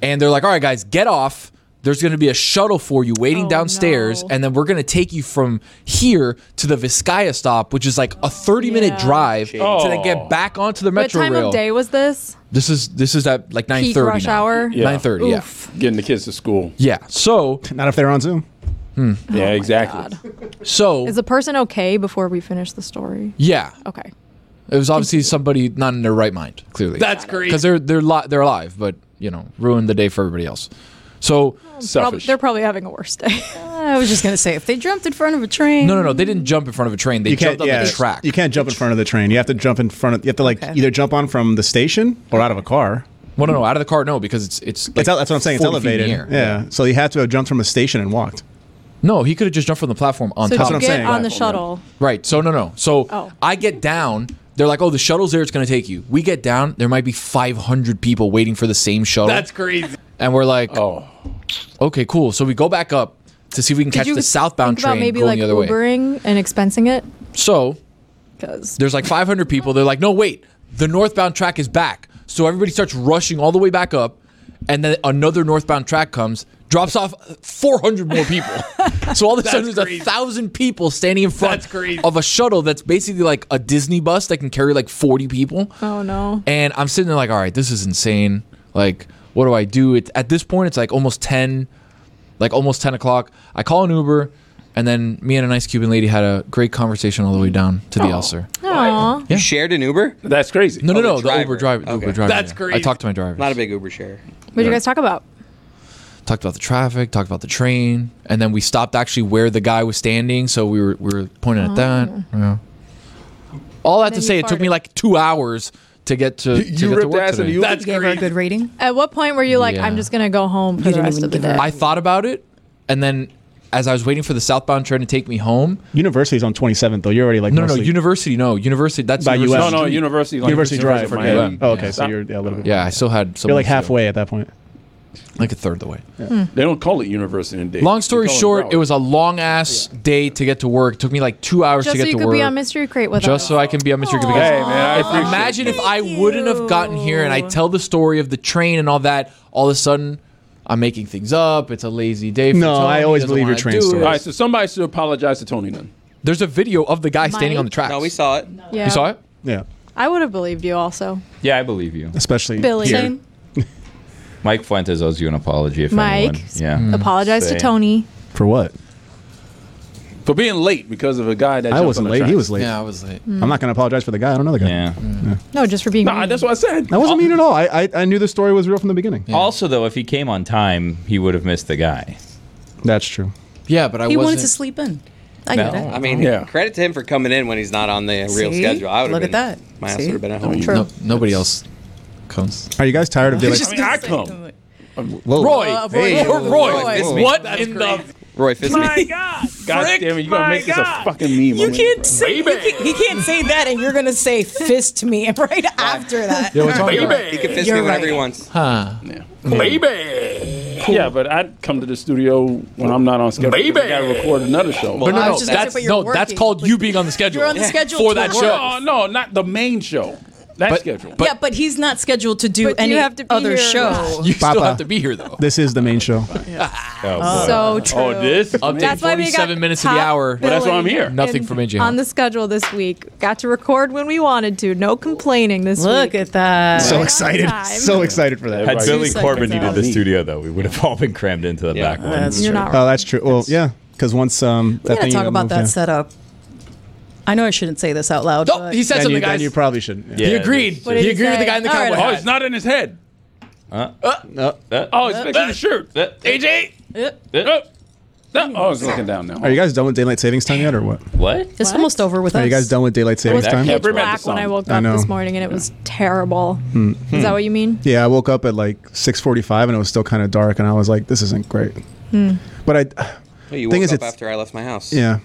S9: And they're like, "All right, guys, get off. There's going to be a shuttle for you waiting
S7: Oh,
S9: downstairs, and then we're going to take you from here to the Vizcaya stop, which is like a 30-minute drive, to then
S2: Oh.
S9: get back onto the
S7: What
S9: Metro
S7: time
S9: Rail.
S7: of day was this?
S9: This is this is at like 9:30
S7: Peak rush
S9: now.
S7: hour? Yeah.
S9: 9:30, yeah.
S7: Oof.
S2: Getting the kids to school.
S9: Yeah. So
S1: not if they're on Zoom.
S9: Oh
S2: Yeah, exactly.
S9: So
S7: Is the person okay before we finish the story?
S9: Oh. yeah,
S7: Okay.
S9: it was obviously somebody not in their right mind, clearly.
S2: That's crazy.
S9: Cuz they're they're li- they're alive, but you know, ruined the day for everybody else. So
S7: Prob- they're probably having a worse day.
S6: I was just gonna say if they jumped in front of a train.
S9: No, no, no. They didn't jump in front of a train. They
S1: you can't.
S9: jumped on
S1: yeah,
S9: the track.
S1: You can't jump in front of the train. You have to jump in front of. You have to like either jump on from the station or out of a car.
S9: Well, no, no, out of the car, no, because it's it's. Like
S1: It's out- that's what I'm saying. It's
S9: 40 feet in
S1: elevated.
S9: the
S1: Yeah.
S9: air.
S1: So you have to have jumped from a station and walked.
S9: No, he could have just jumped from the platform on
S7: so
S9: top.
S7: to get on the shuttle.
S9: Right. So no, no. So
S7: Oh.
S9: I get down. They're like, oh, the shuttle's there. It's going to take you. We get down. There might be 500 people waiting for the same shuttle.
S2: That's crazy.
S9: and we're like, oh, okay, cool. So we go back up to see if we can
S7: Did
S9: catch
S7: you
S9: the southbound
S7: think about
S9: train
S7: maybe
S9: going
S7: like
S9: the other way.
S7: Ubering and expensing it?
S9: So
S7: Because
S9: there's like 500 people. They're like, no, wait, the northbound track is back. So everybody starts rushing all the way back up, and then another northbound track comes, drops off 400 more people. so all of a
S2: That's
S9: sudden, there's
S2: crazy.
S9: a thousand people standing in front
S2: That's crazy.
S9: of a shuttle that's basically like a Disney bus that can carry like 40 people.
S7: oh no.
S9: And I'm sitting there like, all right, this is insane. Like, what do I do? It's at this point, it's like almost ten, like almost ten o'clock. I call an Uber, And then me and a nice Cuban lady had a great conversation all the way down to the Elser.
S7: Aww.
S3: You shared an Uber?
S2: That's crazy.
S9: No, no, no. The Uber driver. The Uber driver.
S3: That's
S9: yeah. I
S3: crazy.
S9: talked to my driver.
S3: Not a big Uber share.
S7: What did you guys talk about?
S9: Talked about the traffic. Talked about the train. And then we stopped actually where the guy was standing. So we were we were pointing at that. Yeah. All that to
S7: Oh. Then
S9: say,
S7: you
S9: it took me like two hours to get to. to get to work today.
S6: That's gave her a good rating.
S7: At what point were you like,
S9: Yeah.
S7: I'm just gonna go home for the rest of the day?
S9: I thought about it, and then as I was waiting for the southbound train to take me home.
S1: University's on 27th, though. You're already like
S9: no, no, no,
S1: mostly-
S9: university, no, university. That's
S1: by
S9: university.
S1: US. University Drive. yeah. Oh, okay. So you're yeah, a little bit.
S9: Yeah, I still had. some
S1: You're like halfway at that point.
S9: Like a third of the way.
S1: Hmm.
S2: They don't call it university in Dayton.
S9: Long
S2: They
S9: story
S2: call it
S9: short,
S2: Broward.
S9: it was a long ass day to get to work. It took me like two hours
S7: just
S9: to
S7: so
S9: get
S7: you
S9: to
S7: could
S9: work.
S7: be on Mystery Crate with
S9: just
S7: us.
S9: so I can be on Mr. Because
S2: Hey, man, I
S9: if-
S2: appreciate
S9: imagine if I wouldn't have gotten here and I tell the story of the train and all that, all of a sudden I'm making things up. It's a lazy day. For
S1: No,
S9: Tony,
S1: I always
S9: doesn't
S1: believe your
S9: wanna
S1: train
S9: do
S1: stories.
S9: it.
S2: All right, so somebody should apologize to Tony then.
S9: There's a video of the guy standing on the tracks.
S3: No, we saw it.
S7: Yeah.
S9: You saw it?
S1: Yeah.
S7: I would have believed you also.
S4: Yeah, I believe you.
S1: Especially
S7: Billy. here. Same.
S4: Mike Fuentes owes you an apology if
S7: Mike,
S4: anyone.
S6: Mm. Hmm,
S4: Yeah.
S7: apologize
S4: Say.
S7: to Tony.
S1: For what?
S2: For being late because of a guy that
S1: I
S2: jumped
S1: wasn't
S2: on the
S1: late. He
S2: tracks.
S1: was late.
S9: was late.
S1: I'm not going to apologize for the guy. I don't know the guy.
S4: Yeah.
S7: No, just for being.
S2: Nah, that's what I said.
S1: I
S9: Oh.
S1: wasn't mean at all. I, I I knew the story was real from the beginning.
S4: Also, though, if he came on time, he would have missed the guy.
S1: That's true.
S9: Yeah, but I
S6: he wanted to sleep in. I
S4: Oh,
S6: get it.
S3: I mean, credit to him for coming in when he's not on the real
S6: See?
S3: schedule. I would
S6: Look
S3: have
S6: at
S3: been-
S6: that.
S3: My ass
S6: See?
S3: would have been at home.
S6: True. No-
S9: nobody else comes.
S1: Are you guys tired of
S3: I
S1: daylight?
S3: was just gonna I say come. something.
S1: Whoa.
S9: Roy.
S3: Uh,
S9: Roy.
S3: Roy.
S9: Roy.
S3: Roy.
S9: Roy.
S3: Fist me.
S9: What
S3: That's
S9: in the?
S3: Roy Fist
S2: My
S3: God.
S2: Oh, God damn it, you're going to make this a fucking meme.
S6: You can't say you can't- he can't say that, and you're gonna say fist to me right after that.
S2: Yeah, what's wrong with Baby. that?
S3: He can fist
S2: You're
S3: me whenever
S2: right.
S3: he wants.
S9: Huh.
S2: Baby. Yeah, but I'd come to the studio when I'm not on schedule.
S9: Baby.
S2: I gotta record another show.
S9: But no, no, that's no, that's called you being on the schedule. for that
S2: No,
S9: show.
S2: no, not the main show. That schedule.
S6: yeah, but he's not scheduled to do
S7: But you
S6: any
S7: have to be
S6: other
S7: here.
S6: show.
S9: You
S1: Papa.
S9: still have to be here though.
S1: This is the main show.
S7: boy. So true.
S2: Oh, this.
S9: Up to
S7: That's why we got
S9: forty-seven minutes of the
S7: top
S9: hour.
S7: But that's why I'm here.
S9: Nothing from NJ.
S7: On the schedule this week. Got to record when we wanted to. No complaining this
S6: Look
S7: week.
S6: at that.
S1: So excited. So excited for that.
S4: Had Billy
S7: Two
S4: Corbin
S7: seconds
S4: needed
S7: out.
S4: the studio, though, we would have all been crammed into the back one.
S6: That's You're true. not
S1: Oh, that's true. Well, yeah, because once
S6: We
S1: um, that
S6: gotta
S1: thing.
S6: talk about
S1: moved,
S6: that
S1: yeah.
S6: setup. I know I shouldn't say this out loud. but-
S9: he said
S1: Then
S9: something,
S1: you, then
S9: guys.
S1: you probably shouldn't.
S9: He agreed.
S6: What did
S9: He
S6: he
S9: agreed with
S6: say?
S9: the guy in the
S6: All right,
S9: cowboy
S6: all
S2: Oh,
S9: hat.
S2: it's not in his head.
S4: Uh,
S1: uh,
S2: Oh, it's fixing the shirt. AJ. Oh, no. Oh, I was looking down now.
S1: Are you guys done with daylight savings time yet, or what?
S4: What?
S6: It's almost over with
S1: Are
S6: us.
S1: Oh, you guys done with daylight
S7: It
S1: savings
S7: was
S1: time?
S7: pitch black when I woke
S1: I
S7: up
S1: know.
S7: this morning and it was terrible.
S1: Hmm.
S7: Is that what you mean?
S1: Yeah, I woke up at like 6:45 and it was still kind of dark, and I was like, "This isn't great."
S7: Hmm.
S1: But I,
S3: Well, you
S1: thing
S3: woke
S1: is,
S3: up
S1: it's-
S3: after I left my house.
S1: yeah,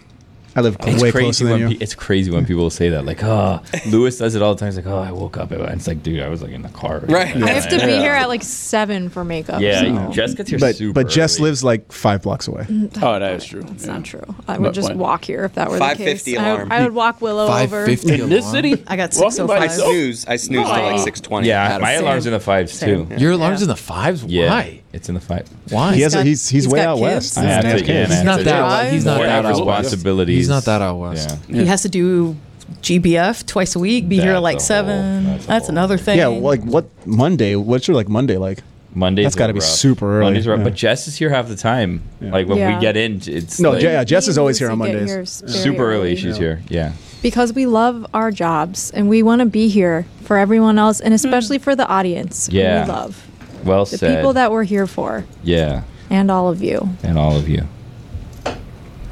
S1: I live
S4: It's
S1: way
S4: crazy
S1: closer than
S4: when
S1: you.
S4: pe- it's crazy when people say that. Like, oh, Lewis does it all the time. He's like, oh, I woke up. And it's like, dude, I was like in the car.
S3: Right.
S7: I have to be here at like seven for makeup.
S4: Yeah,
S7: so-
S4: you- Jess gets here
S1: but
S4: super.
S1: but Jess lives like five blocks away.
S7: Mm,
S2: Oh, that is true. That's
S7: not true. I would just walk here if that were the case.
S3: 5:50
S7: I-
S3: alarm.
S7: I, would walk Willow over.
S2: in this city.
S6: I got
S2: Walking by
S6: 605.
S2: myself?
S3: Snooze. I snoozed till like six twenty.
S4: Yeah, my alarm's in the fives
S3: Same.
S4: too.
S9: Your alarm's in the fives.
S4: Yeah,
S9: Why?
S4: it's in the five.
S9: Why?
S1: He has a, he's he's, way out west.
S4: I have to, yeah, and I
S9: He's
S4: have
S9: not
S4: to
S9: that.
S4: drive.
S9: He's not
S4: More
S9: that out
S4: responsibilities.
S9: He's not that out west.
S4: Yeah.
S6: He has to do GBF twice a week. Be here at like seven. that's another thing.
S1: Yeah, like what Monday? What's your like Monday like?
S4: Mondays.
S1: That's got to
S4: were
S1: be
S4: rough.
S1: super early.
S4: Mondays are rough,
S1: yeah.
S4: but Jess is here half the time. Like when
S7: Yeah.
S4: we get in, it's
S1: no,
S4: like,
S1: yeah, Jess is always here on
S7: He needs to
S1: Mondays.
S7: get here very
S4: super early. She's here. Yeah.
S7: Because we love our jobs and we want to be here for everyone else and especially for the audience. who
S4: Yeah.
S7: We love
S4: Well
S7: the
S4: said.
S7: people that we're here for
S4: yeah,
S7: and all of you.
S4: and all of you.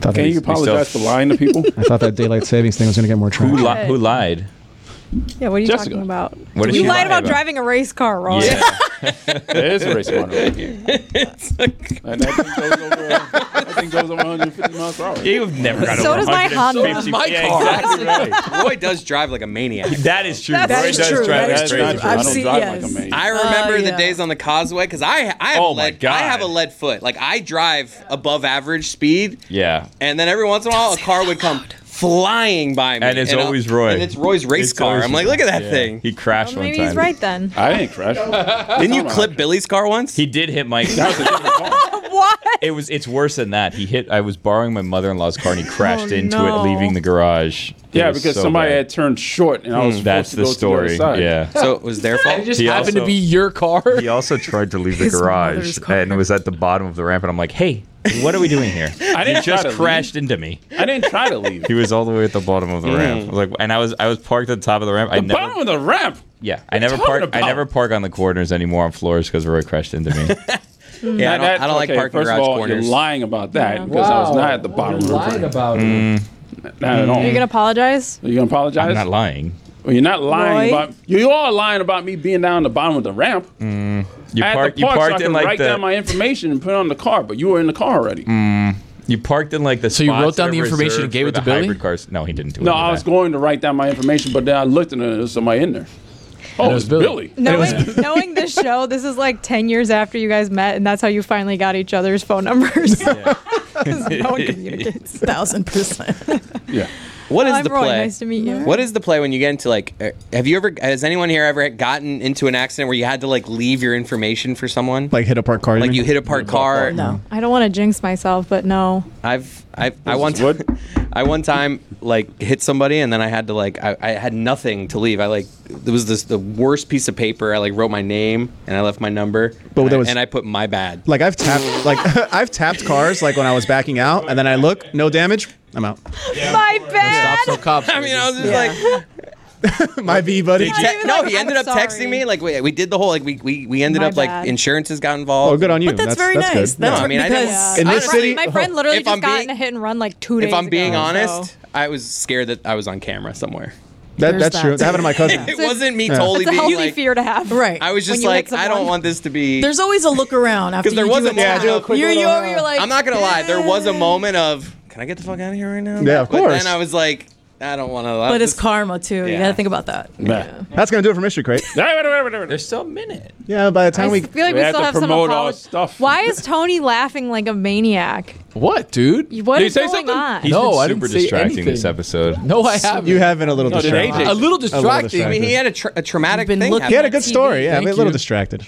S1: Thought
S2: Can
S1: that-
S2: you apologize for lying to people?
S1: I thought that daylight savings thing was going to get more traction.
S4: Who, li- who lied?
S7: Yeah, what are you
S2: Jessica.
S7: talking about?
S4: What did
S7: you
S4: she
S7: lied
S4: lie
S7: about,
S4: about?
S7: driving a race car, Roy.
S4: Yeah.
S2: It is a race car. And that thing goes over, that thing goes over 150 miles per hour.
S4: You've never got
S7: So does my Honda.
S3: my
S4: Yeah,
S3: car.
S4: exactly right.
S3: Roy does drive like a maniac.
S4: That is true.
S3: That
S4: Roy
S3: is
S4: does
S3: true.
S4: drive
S3: That is
S4: crazy.
S3: true. I've
S2: I don't
S3: seen-
S2: drive like
S3: yes.
S2: a man.
S3: I remember
S6: Oh,
S3: the
S6: yeah.
S3: days on the causeway because I I have
S4: Oh
S3: a
S4: my
S3: lead
S4: God.
S3: I have a lead foot. Like I drive above average speed,
S4: Yeah.
S3: and then every once in a while a car would come flying by me,
S4: And it's
S3: I'll-
S4: always Roy.
S3: and it's Roy's race
S4: It's
S3: car.
S4: always
S3: I'm like, look at that
S4: yeah.
S3: thing.
S4: He crashed
S7: Maybe
S4: one
S7: he's
S4: time.
S7: right then.
S2: I didn't crash.
S3: Didn't you clip Billy's car once?
S4: He did hit Mike.
S2: That was a different car.
S4: It was. It's worse than that. He hit. I was borrowing my mother in law's car and he crashed
S2: Oh,
S4: into
S2: no.
S4: it, leaving the garage. It
S2: Yeah,
S4: was
S2: because
S4: so
S2: somebody
S4: bad.
S2: had turned short, and I was forced
S4: Hmm. That's
S2: to
S4: the
S2: go to
S4: story,
S2: Mm, the other side.
S4: yeah.
S3: So it was their fault.
S8: It just happened to be your car.
S4: He also tried to leave
S8: the His garage mother's car.
S4: and was at the bottom of the ramp. And I'm like, hey, what are we doing here?
S2: I didn't
S4: you just
S2: try to
S4: crashed into me.
S2: I didn't try to leave.
S4: He was all the way at the bottom of the
S2: Mm.
S4: ramp. Like, and I was I was parked at the top of the ramp. I
S2: The
S4: never.
S2: bottom of the ramp.
S4: yeah,
S2: What
S4: I
S2: are
S4: never
S2: you talking
S4: park. I
S2: about?
S4: never park on the corners anymore on floors because Roy crashed into me.
S3: Yeah, I don't, I don't
S2: okay,
S3: like parking
S2: first
S3: garage
S2: of all,
S3: corners.
S2: You're lying about that because I was
S3: Wow.
S2: not at the bottom of the
S3: lying
S2: ramp.
S3: about
S4: it. Mm.
S2: Not at all.
S7: Are you gonna apologize?
S2: Are you gonna apologize?
S4: I'm not lying.
S2: Well, you're not lying
S7: Roy?
S2: about. You all are lying about me being down the bottom of the ramp.
S4: Mm. You,
S2: I had
S4: park,
S2: the
S4: you
S2: park
S4: parked
S2: so I could
S4: in like
S2: write
S4: the.
S2: down my information and put it on the car, but you were in the car already.
S4: Mm. you parked in like the. So
S2: you wrote down the information and gave it to Billy?
S4: Cars. No, he didn't do it.
S2: No, I was going to write down my information, but then I looked and there was somebody in there. Oh, it was Billy.
S7: Knowing, knowing this show, this is like 10 years after you guys met, and that's how you finally got each other's phone numbers. no one communicates.
S6: Thousand percent.
S2: Yeah.
S3: What is
S7: I'm
S3: the
S7: Roy.
S3: play?
S7: Nice to meet you.
S3: What is the play when you get into like? uh, Have you ever? Has anyone here ever gotten into an accident where you had to like leave your information for someone?
S1: Like hit a parked car.
S3: Like you hit a parked car.
S7: I don't want to jinx myself, but no.
S3: I've I've I one time, I one time like hit somebody and then I had to like I, I had nothing to leave. I like it was this the worst piece of paper. I like wrote my name and I left my number.
S1: But
S3: and,
S1: that
S3: I,
S1: was-
S3: and I put my bad.
S1: Like I've tapped like I've tapped cars like when I was backing out and then I look, no damage, I'm out.
S7: My bad.
S5: Stop, so cops.
S3: I mean, I was just
S7: Yeah.
S3: like,
S1: My V buddy.
S3: He te- no, he ended up texting me. Like we, we did the whole like we we, we ended
S7: My
S3: up like
S7: bad.
S3: insurances got involved.
S1: Oh, good on you. But that's That's- very that's good. nice.
S3: No,
S1: That's
S3: I mean I
S1: because-
S3: didn't.
S1: Yeah. In this
S3: honestly,
S1: city-
S7: My friend literally
S3: If
S7: just
S3: I'm
S7: got
S3: being-
S7: in a hit and run like two days
S3: If I'm being
S7: ago,
S3: honest,
S7: so-
S3: I was scared that I was on camera somewhere.
S1: That- There's that's that. true. That happened to my cousin.
S3: it
S1: It's a-
S3: wasn't me
S1: Yeah.
S3: totally
S7: It's a
S3: being
S7: healthy
S3: like.
S7: fear to have.
S6: Right.
S3: I was
S6: When
S3: just
S6: you
S3: like,
S6: hit
S3: I don't
S6: someone.
S3: want this to be.
S6: There's always a look around after
S3: because there
S6: you
S3: was
S6: do
S3: a
S6: it.
S3: moment. of-
S6: you're, you're, you're like,
S3: I'm not gonna lie. There was a moment of, can I get the fuck out of here right now?
S1: Yeah, of
S3: But
S1: course.
S3: then I was like, I don't want to.
S6: but it's karma too. You
S3: Yeah.
S6: got to think about that.
S1: That's gonna do it for Mystery Crate.
S4: There's still a minute.
S1: Yeah, by the time
S7: I
S1: we
S7: feel like we, still have some apology. Why is Tony laughing like a maniac?
S5: What, dude?
S7: What is going on?
S4: He's
S5: No,
S4: been
S5: I didn't
S4: super
S5: say
S4: distracting
S5: anything.
S4: this episode.
S5: No, I haven't.
S1: You have been a little
S5: No, did
S1: distracted.
S5: AJ? A little distracting.
S3: I mean, he had a, tra- a traumatic thing.
S1: He had a good story. Yeah, I'm a little distracted.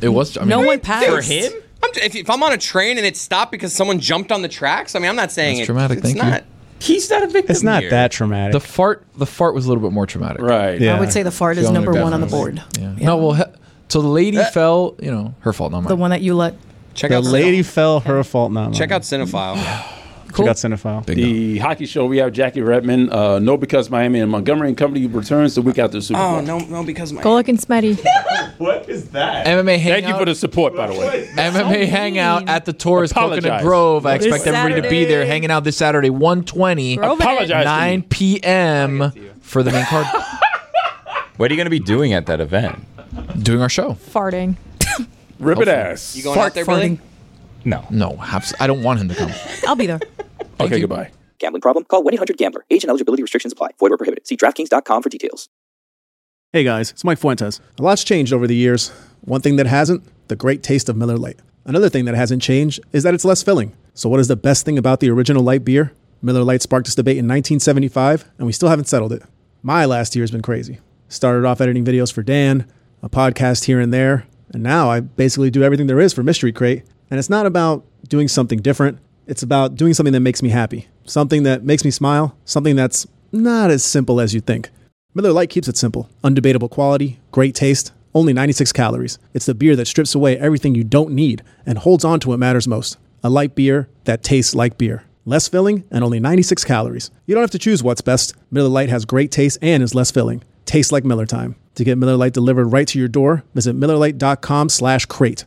S5: It was. I
S6: No one passed.
S3: For him? I'm, j- if, if I'm on a train and it stopped because someone jumped on the tracks, I mean, I'm not saying
S5: That's
S3: it-
S5: traumatic,
S3: It's
S5: thank you.
S3: not. He's not a victim.
S1: It's not
S3: here.
S1: that traumatic.
S5: The fart. The fart was a little bit more traumatic.
S2: Right.
S6: I would say the fart is
S5: Feeling
S6: number
S5: it
S6: one on the
S5: definitely.
S6: board.
S5: Yeah. No, well, he- so the lady fell. You know, her fault, not mine.
S6: The one that you let.
S3: Check
S1: the
S3: out
S1: lady fell, her fault, not mine.
S3: Check out Cinephile.
S1: Check out Cinephile.
S2: The hockey show we have Jackie Redman, uh, no because Miami and Montgomery and Company returns the week after the Super Bowl.
S3: oh no, no, because my
S7: Go look and Smetty.
S10: What is that?
S5: MMA hangout.
S2: Thank you for the support, by the way.
S5: MMA hangout at the Taurus Coconut
S2: Apologize.
S5: Grove. I
S2: This
S5: expect everybody to be there hanging out this Saturday, 120,
S7: Grove it. Apologize
S2: to
S5: 9 p.m. for the main card.
S4: What are you going to be doing at that event?
S5: Doing our show.
S7: Farting.
S2: Rip it ass.
S3: You going out there, Billy?
S4: No.
S5: No, abs- I don't want him to come.
S6: I'll be there.
S2: Okay, goodbye.
S11: Gambling problem? Call 1 800 Gambler. Age and eligibility restrictions apply. Void where prohibited. See DraftKings.com for details.
S1: Hey guys, it's Mike Fuentes. A lot's changed over the years. One thing that hasn't, the great taste of Miller Lite. Another thing that hasn't changed is that it's less filling. So, what is the best thing about the original light beer? Miller Lite sparked this debate in 1975, and we still haven't settled it. My last year has been crazy. Started off editing videos for Dan, a podcast here and there, and now I basically do everything there is for Mystery Crate. And it's not about doing something different, it's about doing something that makes me happy, something that makes me smile, something that's not as simple as you think. Miller Lite keeps it simple. Undebatable quality, great taste, only 96 calories. It's the beer that strips away everything you don't need and holds on to what matters most. A light beer that tastes like beer. Less filling and only 96 calories. You don't have to choose what's best. Miller Lite has great taste and is less filling. Tastes like Miller time. To get Miller Lite delivered right to your door, visit MillerLite.com slash crate.